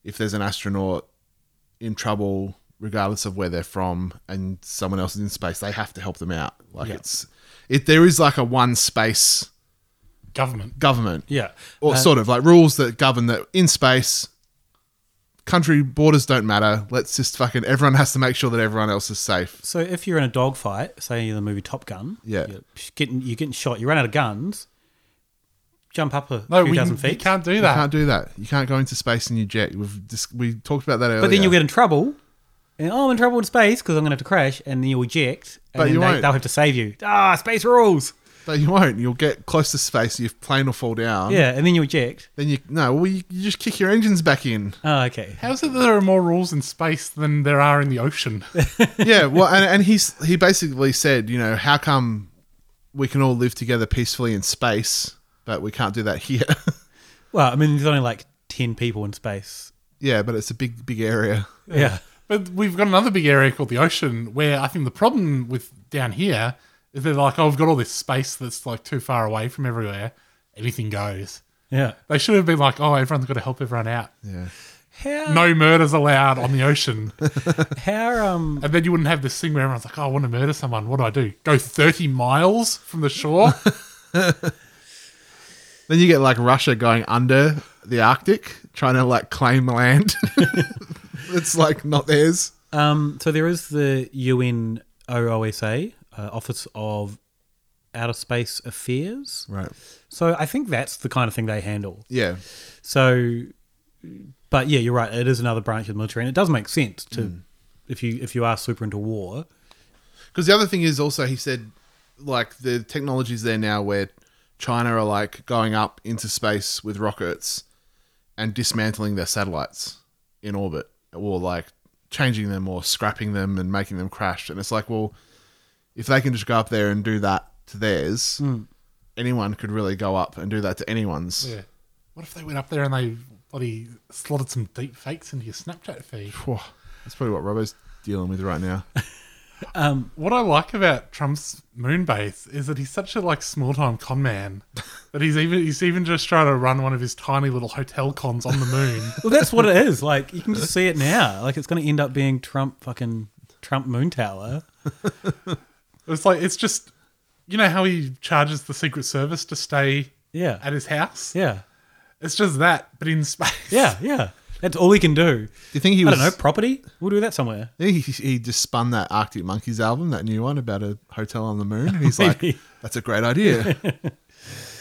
If there's an astronaut in trouble, regardless of where they're from, and someone else is in space, they have to help them out. Like Yeah. it's it there is like a one space Government. government. Yeah. Or Uh, sort of like rules that govern that in space, country borders don't matter. Let's just fucking, everyone has to make sure that everyone else is safe. So if you're in a dogfight, say in the movie Top Gun, Yeah. you're getting you're getting shot, you run out of guns, jump up a No, few we- thousand you feet. can't do You can't do that. You can't go into space in your jet. We've just, we talked about that earlier. But then you'll get in trouble. And, oh, I'm in trouble in space because I'm going to have to crash, and then you'll eject, and But then you they, won't. they'll have to save you. Ah, space rules. But you won't. You'll get close to space. Your plane will fall down. Yeah, and then you eject. Then you no. Well, you, you just kick your engines back in. Oh, okay. How is it that there are more rules in space than there are in the ocean? yeah, well, and, and he's he basically said, you know, how come we can all live together peacefully in space, but we can't do that here? Well, I mean, there's only like ten people in space. yeah, but it's a big, big area. Yeah. But we've got another big area called the ocean where I think the problem with down here is they're like, oh, we've got all this space that's like too far away from everywhere. Anything goes. Yeah. They should have been like, oh, everyone's got to help everyone out. Yeah. How? No murders allowed on the ocean. How um And then you wouldn't have this thing where everyone's like, oh, I want to murder someone. What do I do? Go 30 miles from the shore? Then you get like Russia going under the Arctic, trying to like claim land. it's like not theirs. Um, so there is the UNOOSA, uh, Office of Outer Space Affairs. Right. So I think that's the kind of thing they handle. Yeah. So But yeah, you're right. It is another branch of the military, and it does make sense to Mm. if you if you are super into war. Because the other thing is also he said, like the technology's there now where China are like going up into space with rockets and dismantling their satellites in orbit, or like changing them or scrapping them and making them crash. And it's like, well, if they can just go up there and do that to theirs, Hmm. anyone could really go up and do that to anyone's. Yeah. What if they went up there and they bloody slotted some deep fakes into your Snapchat feed? Phew, that's probably what Robbo's dealing with right now. Um, what I like about Trump's moon base is that he's such a like small time con man that he's even he's even just trying to run one of his tiny little hotel cons on the moon. Well, that's what it is. Like you can just see it now. Like it's going to end up being Trump fucking Trump Moon Tower. It's like it's just you know how he charges the Secret Service to stay yeah at his house yeah. It's just that, but in space. Yeah, yeah. That's all he can do. Do you think he I was? don't know. Property? We'll do that somewhere. I think He, he just spun that Arctic Monkeys album, that new one about a hotel on the moon, and he's like, Maybe. "That's a great idea."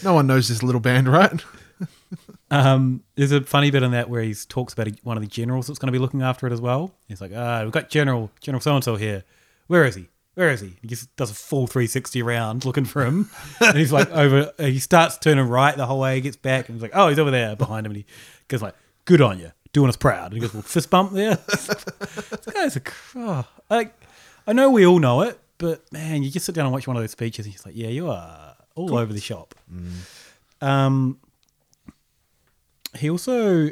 no one knows this little band, right? Um, there's a funny bit in that where he talks about a- one of the generals that's going to be looking after it as well. He's like, "Ah, we've got General General So and So here. Where is he? Where is he?" He just does a full 360 round looking for him, and he's like over. uh, He starts turning right the whole way. He gets back and he's like, "Oh, he's over there behind him." And he goes like, "Good on you, doing us proud." And he goes, "Well, fist bump there." this guy's a cr- oh, like, I know we all know it, but man, you just sit down and watch one of those speeches, and he's like, "Yeah, you are all Cool. over the shop." Um, he also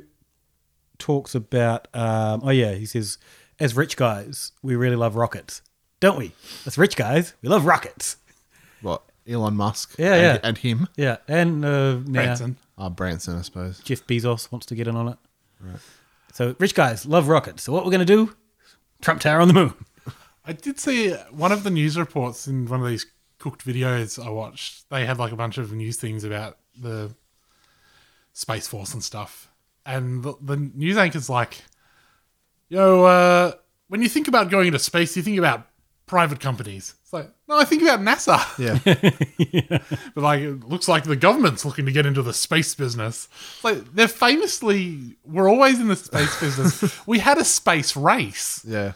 talks about um, oh yeah he says as rich guys we really love rockets don't we as rich guys we love rockets What Elon Musk? yeah and, yeah and him, yeah and uh, now Branson. Ah, Branson, I suppose. Jeff Bezos wants to get in on it so rich guys love rockets so what we're gonna do Trump Tower on the moon I did see one of the news reports in one of these cooked videos I watched. They had like a bunch of news things about the Space Force and stuff. And the, the news anchor's like, yo, uh, when you think about going into space, you think about private companies. It's like, no, I think about NASA. Yeah. but like, it looks like the government's looking to get into the space business. It's Like, they're famously, we're always in the space business. We had a space race. Yeah,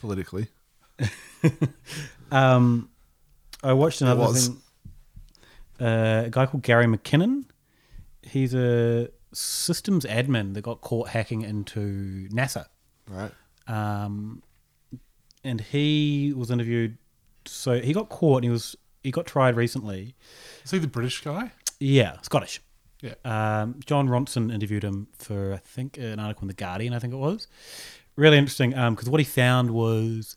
politically. um, I watched another was. thing. Uh, a guy called Gary McKinnon. He's a systems admin that got caught hacking into NASA. Right. Um, and he was interviewed. So he got caught and he was he got tried recently. Is he the British guy? Yeah, Scottish. Yeah. Um, John Ronson interviewed him for, I think, an article in The Guardian, I think it was. Really interesting because what he found was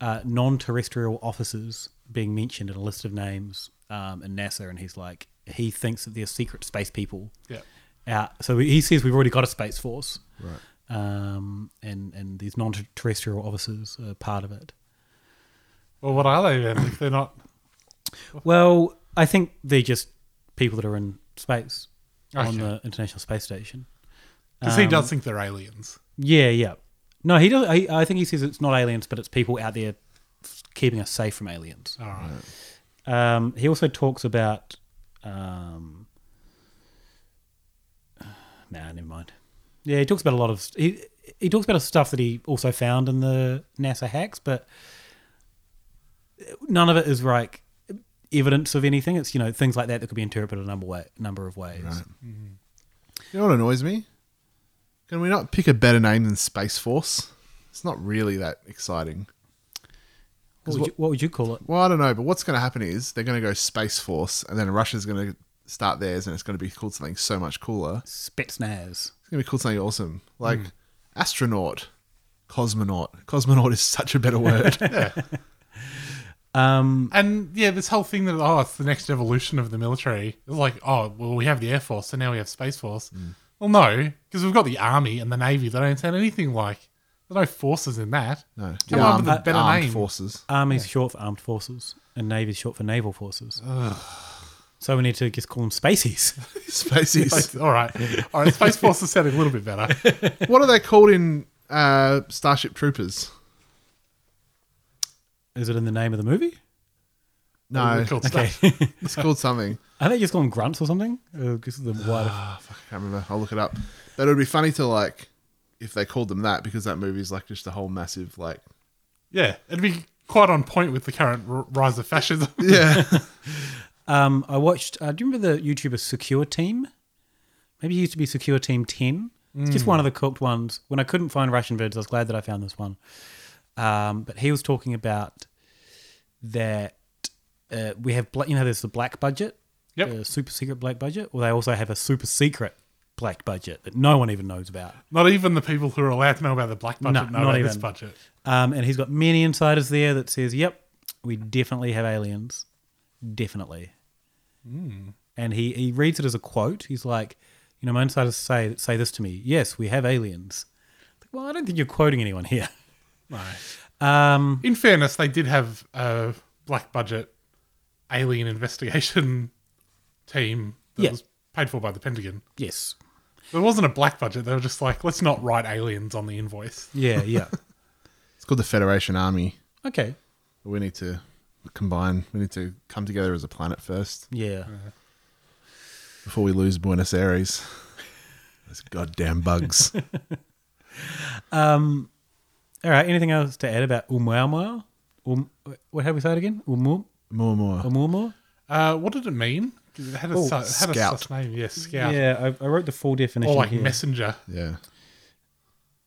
uh, non terrestrial officers being mentioned in a list of names um, in NASA. And he's like, he thinks that they're secret space people. Yeah. Out. So he says we've already got a space force. Right. Um, and, and these non terrestrial officers are part of it. Well, what are they then if they're not? Well, I think they're just people that are in space on Okay. the International Space Station. Because he Um, does think they're aliens. Yeah, yeah. No, he does. I, I think he says it's not aliens, but it's people out there f- keeping us safe from aliens. All right. Um, he also talks about. Um, nah, never mind. Yeah, he talks about a lot of he he talks about stuff that he also found in the NASA hacks, but none of it is like evidence of anything. It's you know things like that that could be interpreted a number way number of ways. You know what annoys me? Can we not pick a better name than Space Force? It's not really that exciting. 'Cause What would, you, what would you call it? Well, I don't know, but what's going to happen is they're going to go Space Force, and then Russia's going to start theirs, and it's going to be called something so much cooler. Spetsnaz. Hmm. It's going to be called something awesome, like astronaut, cosmonaut. Cosmonaut is such a better word. Um, Mm. and yeah, this whole thing that oh, it's the next evolution of the military. It's like oh, well, we have the air force, so now we have space force. Mm. Well, no, because we've got the army and the navy. They don't sound anything like. There's no forces in that. No, come on with a better name. forces. Army's short for armed forces, and navy's short for naval forces. So we need to just call them spaces. Spaces. All right, all right. Space force is sounding a little bit better. what are they called in uh, Starship Troopers? Is it in the name of the movie? No. It's called Okay. stuff. it's called something. I think it's called grunts or something. Uh, this is the wider- Ah, fuck, I can't remember. I'll look it up. But it would be funny to like if they called them that because that movie's like just a whole massive like Yeah, it'd be quite on point with the current r- rise of fascism. um, I watched. Uh, do you remember the YouTuber Secure Team? Maybe it used to be Secure Team Ten. It's just Mm. one of the cooked ones. When I couldn't find Russian birds, I was glad that I found this one. Um, but he was talking about that uh, we have, bla- you know, there's the black budget, yep. uh, super secret black budget. Well, they also have a super secret black budget that no one even knows about. Not even the people who are allowed to know about the black budget know about this budget. Um, and he's got many insiders there that says, "Yep, we definitely have aliens, definitely." Mm. And he he reads it as a quote. He's like, "You know, my insiders say say this to me. Yes, we have aliens." Like, well, I don't think you're quoting anyone here. No. Um, In fairness, they did have a black budget alien investigation team that Yeah. was paid for by the Pentagon. Yes. There wasn't a black budget. They were just like, let's not write aliens on the invoice. Yeah, yeah. it's called the Federation Army. Okay. We need to combine. We need to come together as a planet first. Yeah. Before we lose Buenos Aires. Those goddamn bugs. Um, all right. Anything else to add about Umuamua? Um, what how do we say it again? Umu Umuamua. Umuamua. Uh, what did it mean? 'Cause It had a, Oh, su- it had a scout. sus name. Yes, scout. Yeah, I, I wrote the full definition. Or like here. messenger. Yeah.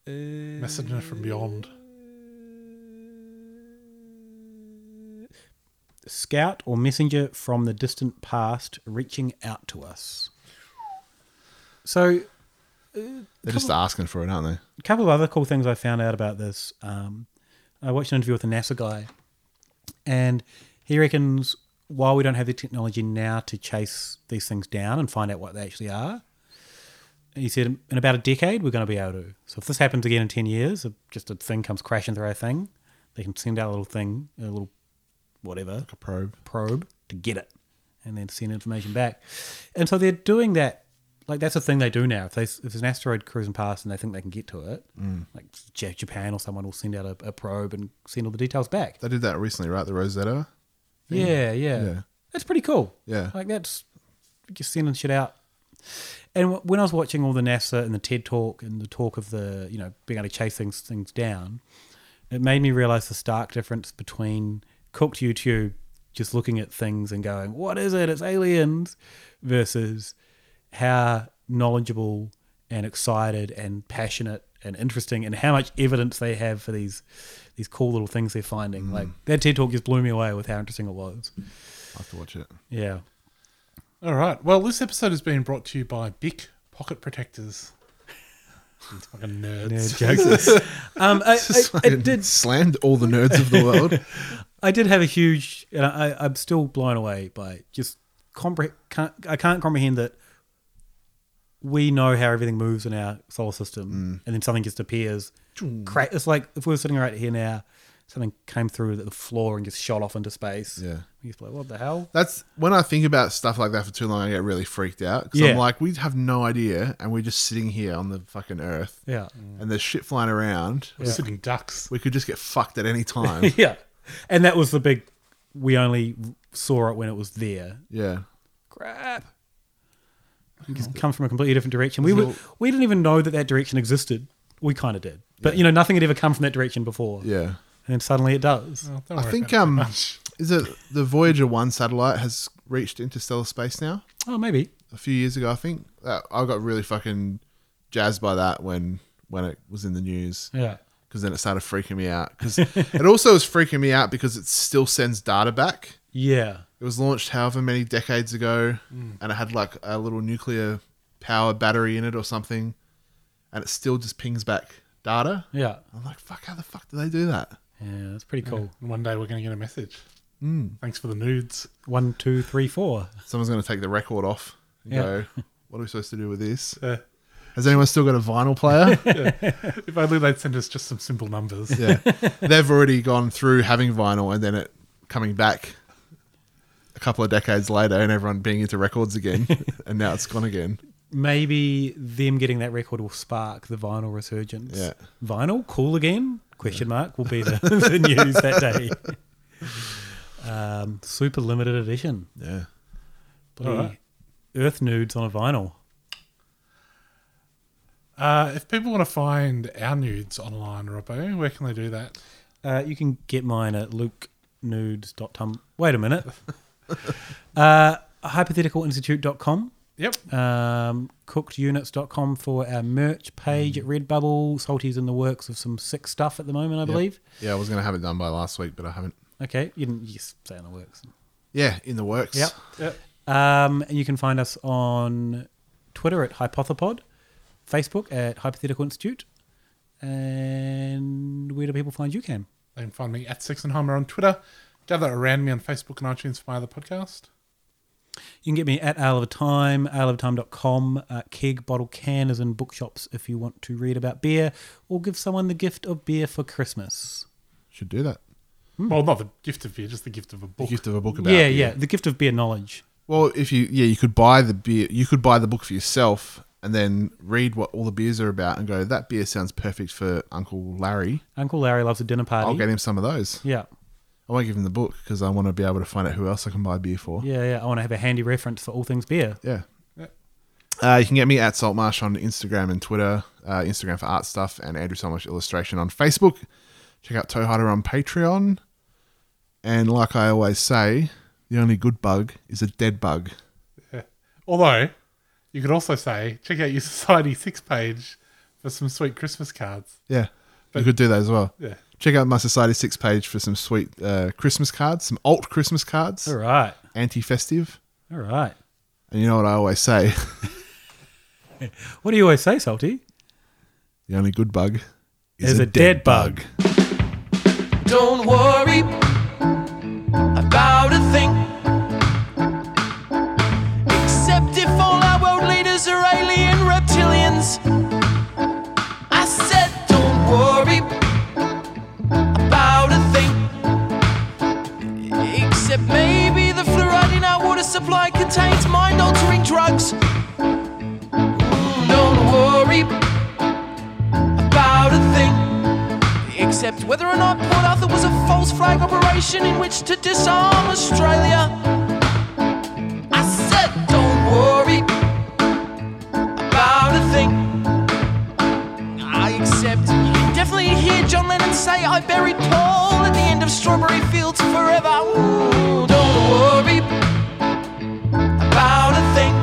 Messenger from beyond. scout or messenger from the distant past reaching out to us. So, They're just asking for it, aren't they? a couple of other cool things I found out about this. Um, I watched an interview with a NASA guy, and he reckons while we don't have the technology now to chase these things down and find out what they actually are, he said in about a decade we're going to be able to. So if this happens again in ten years, if just a thing comes crashing through our thing, they can send out a little thing, a little whatever, like a probe, probe to get it, and then send information back. And so they're doing that. Like that's a thing they do now. If they if there's an asteroid cruising past and they think they can get to it, Mm. like Ja- Japan or someone will send out a, a probe and send all the details back. They did that recently, right? The Rosetta? thing? Yeah, yeah, Yeah. That's pretty cool. Yeah. like that's just sending shit out. And wh- when I was watching all the NASA and the TED talk and the talk of the you know being able to chase things things down, it made me realize the stark difference between cooked YouTube, just looking at things and going, "What is it? It's aliens," versus how knowledgeable and excited and passionate and interesting and how much evidence they have for these these cool little things they're finding. Mm. Like that TED talk just blew me away with how interesting it was. I have to watch it. Yeah. All right. Well, this episode has been brought to you by Bic Pocket Protectors. These fucking nerds. jokes. um, I, I, I did slammed all the nerds of the world. I did have a huge, and I, I'm still blown away by just compre- can't, I can't comprehend that we know how everything moves in our solar system, and then something just appears. Mm. Choo. Cra- it's like if we were sitting right here now, something came through the floor and just shot off into space. Yeah. we just like, what the hell? That's when I think about stuff like that for too long, I get really freaked out. Because Yeah. I'm like, we have no idea, and we're just sitting here on the fucking earth. Yeah. And there's shit flying around. We're sitting ducks. We could just get fucked at any time. yeah, and that was the big. We only saw it when it was there. Yeah. Crap. It's come from a completely different direction. We There's were, we didn't even know that that direction existed. We kind of did, but you know, nothing had ever come from that direction before. Yeah. and suddenly it does. Oh, don't I think um, is it the Voyager One satellite has reached interstellar space now? Oh, maybe a few years ago. I think uh, I got really fucking jazzed by that when when it was in the news. Yeah. because then it started freaking me out. Because it also was freaking me out because it still sends data back. Yeah. It was launched however many decades ago, Mm. and it had like a little nuclear power battery in it or something, and it still just pings back data. Yeah. I'm like, fuck, how the fuck do they do that? Yeah, that's pretty cool. um, One day we're going to get a message. Mm. Thanks for the nudes. One, two, three, four. Someone's going to take the record off and Yeah. go, what are we supposed to do with this? Yeah. Has anyone still got a vinyl player? If only they'd send us just some simple numbers. Yeah. They've already gone through having vinyl and then it coming back a couple of decades later and everyone being into records again. and now it's gone again. Maybe them getting that record will spark the vinyl resurgence. Yeah. Vinyl cool again? Question mark will be the, the news that day. Um, super limited edition. Yeah. Bloody Alright. Earth nudes on a vinyl. Uh, if people want to find our nudes online, Robbo, where can they do that? Uh, you can get mine at lukenudes.tum. Wait a minute. uh, hypotheticalinstitute.com. Yep. Um, cookedunits.com for our merch page at Redbubble. Salty's in the works of some sick stuff at the moment, I believe. Yeah, I was going to have it done by last week, but I haven't. Okay. You didn't you just say in the works. Yeah, in the works. Yep. Um, and you can find us on Twitter at Hypothepod, Facebook at Hypothetical Institute, and where do people find you, Cam? They can find me at Six and Homer on Twitter. Gather around me on Facebook and iTunes via the podcast. You can get me at Isle of Time, isleoftime.com. Uh, keg, bottle, can is in bookshops if you want to read about beer or give someone the gift of beer for Christmas. Should do that. Hmm. Well, not the gift of beer, just the gift of a The book. gift of a book about yeah, beer. yeah. The gift of beer knowledge. Well, if you yeah, you could buy the beer. You could buy the book for yourself and then read what all the beers are about and go. That beer sounds perfect for Uncle Larry. Uncle Larry loves a dinner party. I'll get him some of those. Yeah. I won't give him the book because I want to be able to find out who else I can buy beer for. Yeah, yeah. I want to have a handy reference for all things beer. Yeah. Uh, you can get me at Saltmarsh on Instagram and Twitter, uh, Instagram for art stuff, and Andrew Saltmarsh Illustration on Facebook. Check out Toe Hider on Patreon. And like I always say, the only good bug is a dead bug. Although, you could also say, check out your Society 6 page for some sweet Christmas cards. Yeah. But- you could do that as well. Yeah. Check out my Society 6 page for some sweet uh, Christmas cards, some alt Christmas cards. All right. Anti festive. All right. And you know what I always say What do you always say, Salty? the only good bug is There's a, a dead, bug. Don't worry about a thing. Except if all our world leaders are alien reptilians. I said, don't worry about a thing. Except maybe the fluoride in our water supply contains mind altering drugs. Mm, Don't worry about a thing. Except whether or not Port Arthur was a false flag operation in which to disarm Australia. I said, don't worry about a thing. I accept. You can definitely hear John Lennon say, I buried Paul at the end of Strawberry Fields forever. Ooh, don't worry about a thing.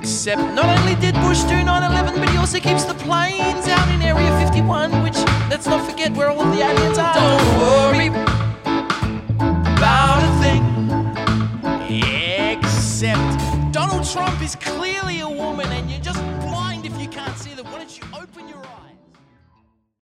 Except not only did Bush do 9-11, but he also keeps the planes out in Area 51, which let's not forget where all the aliens are. Don't worry about a thing. Except Donald Trump is clearly a woman and you just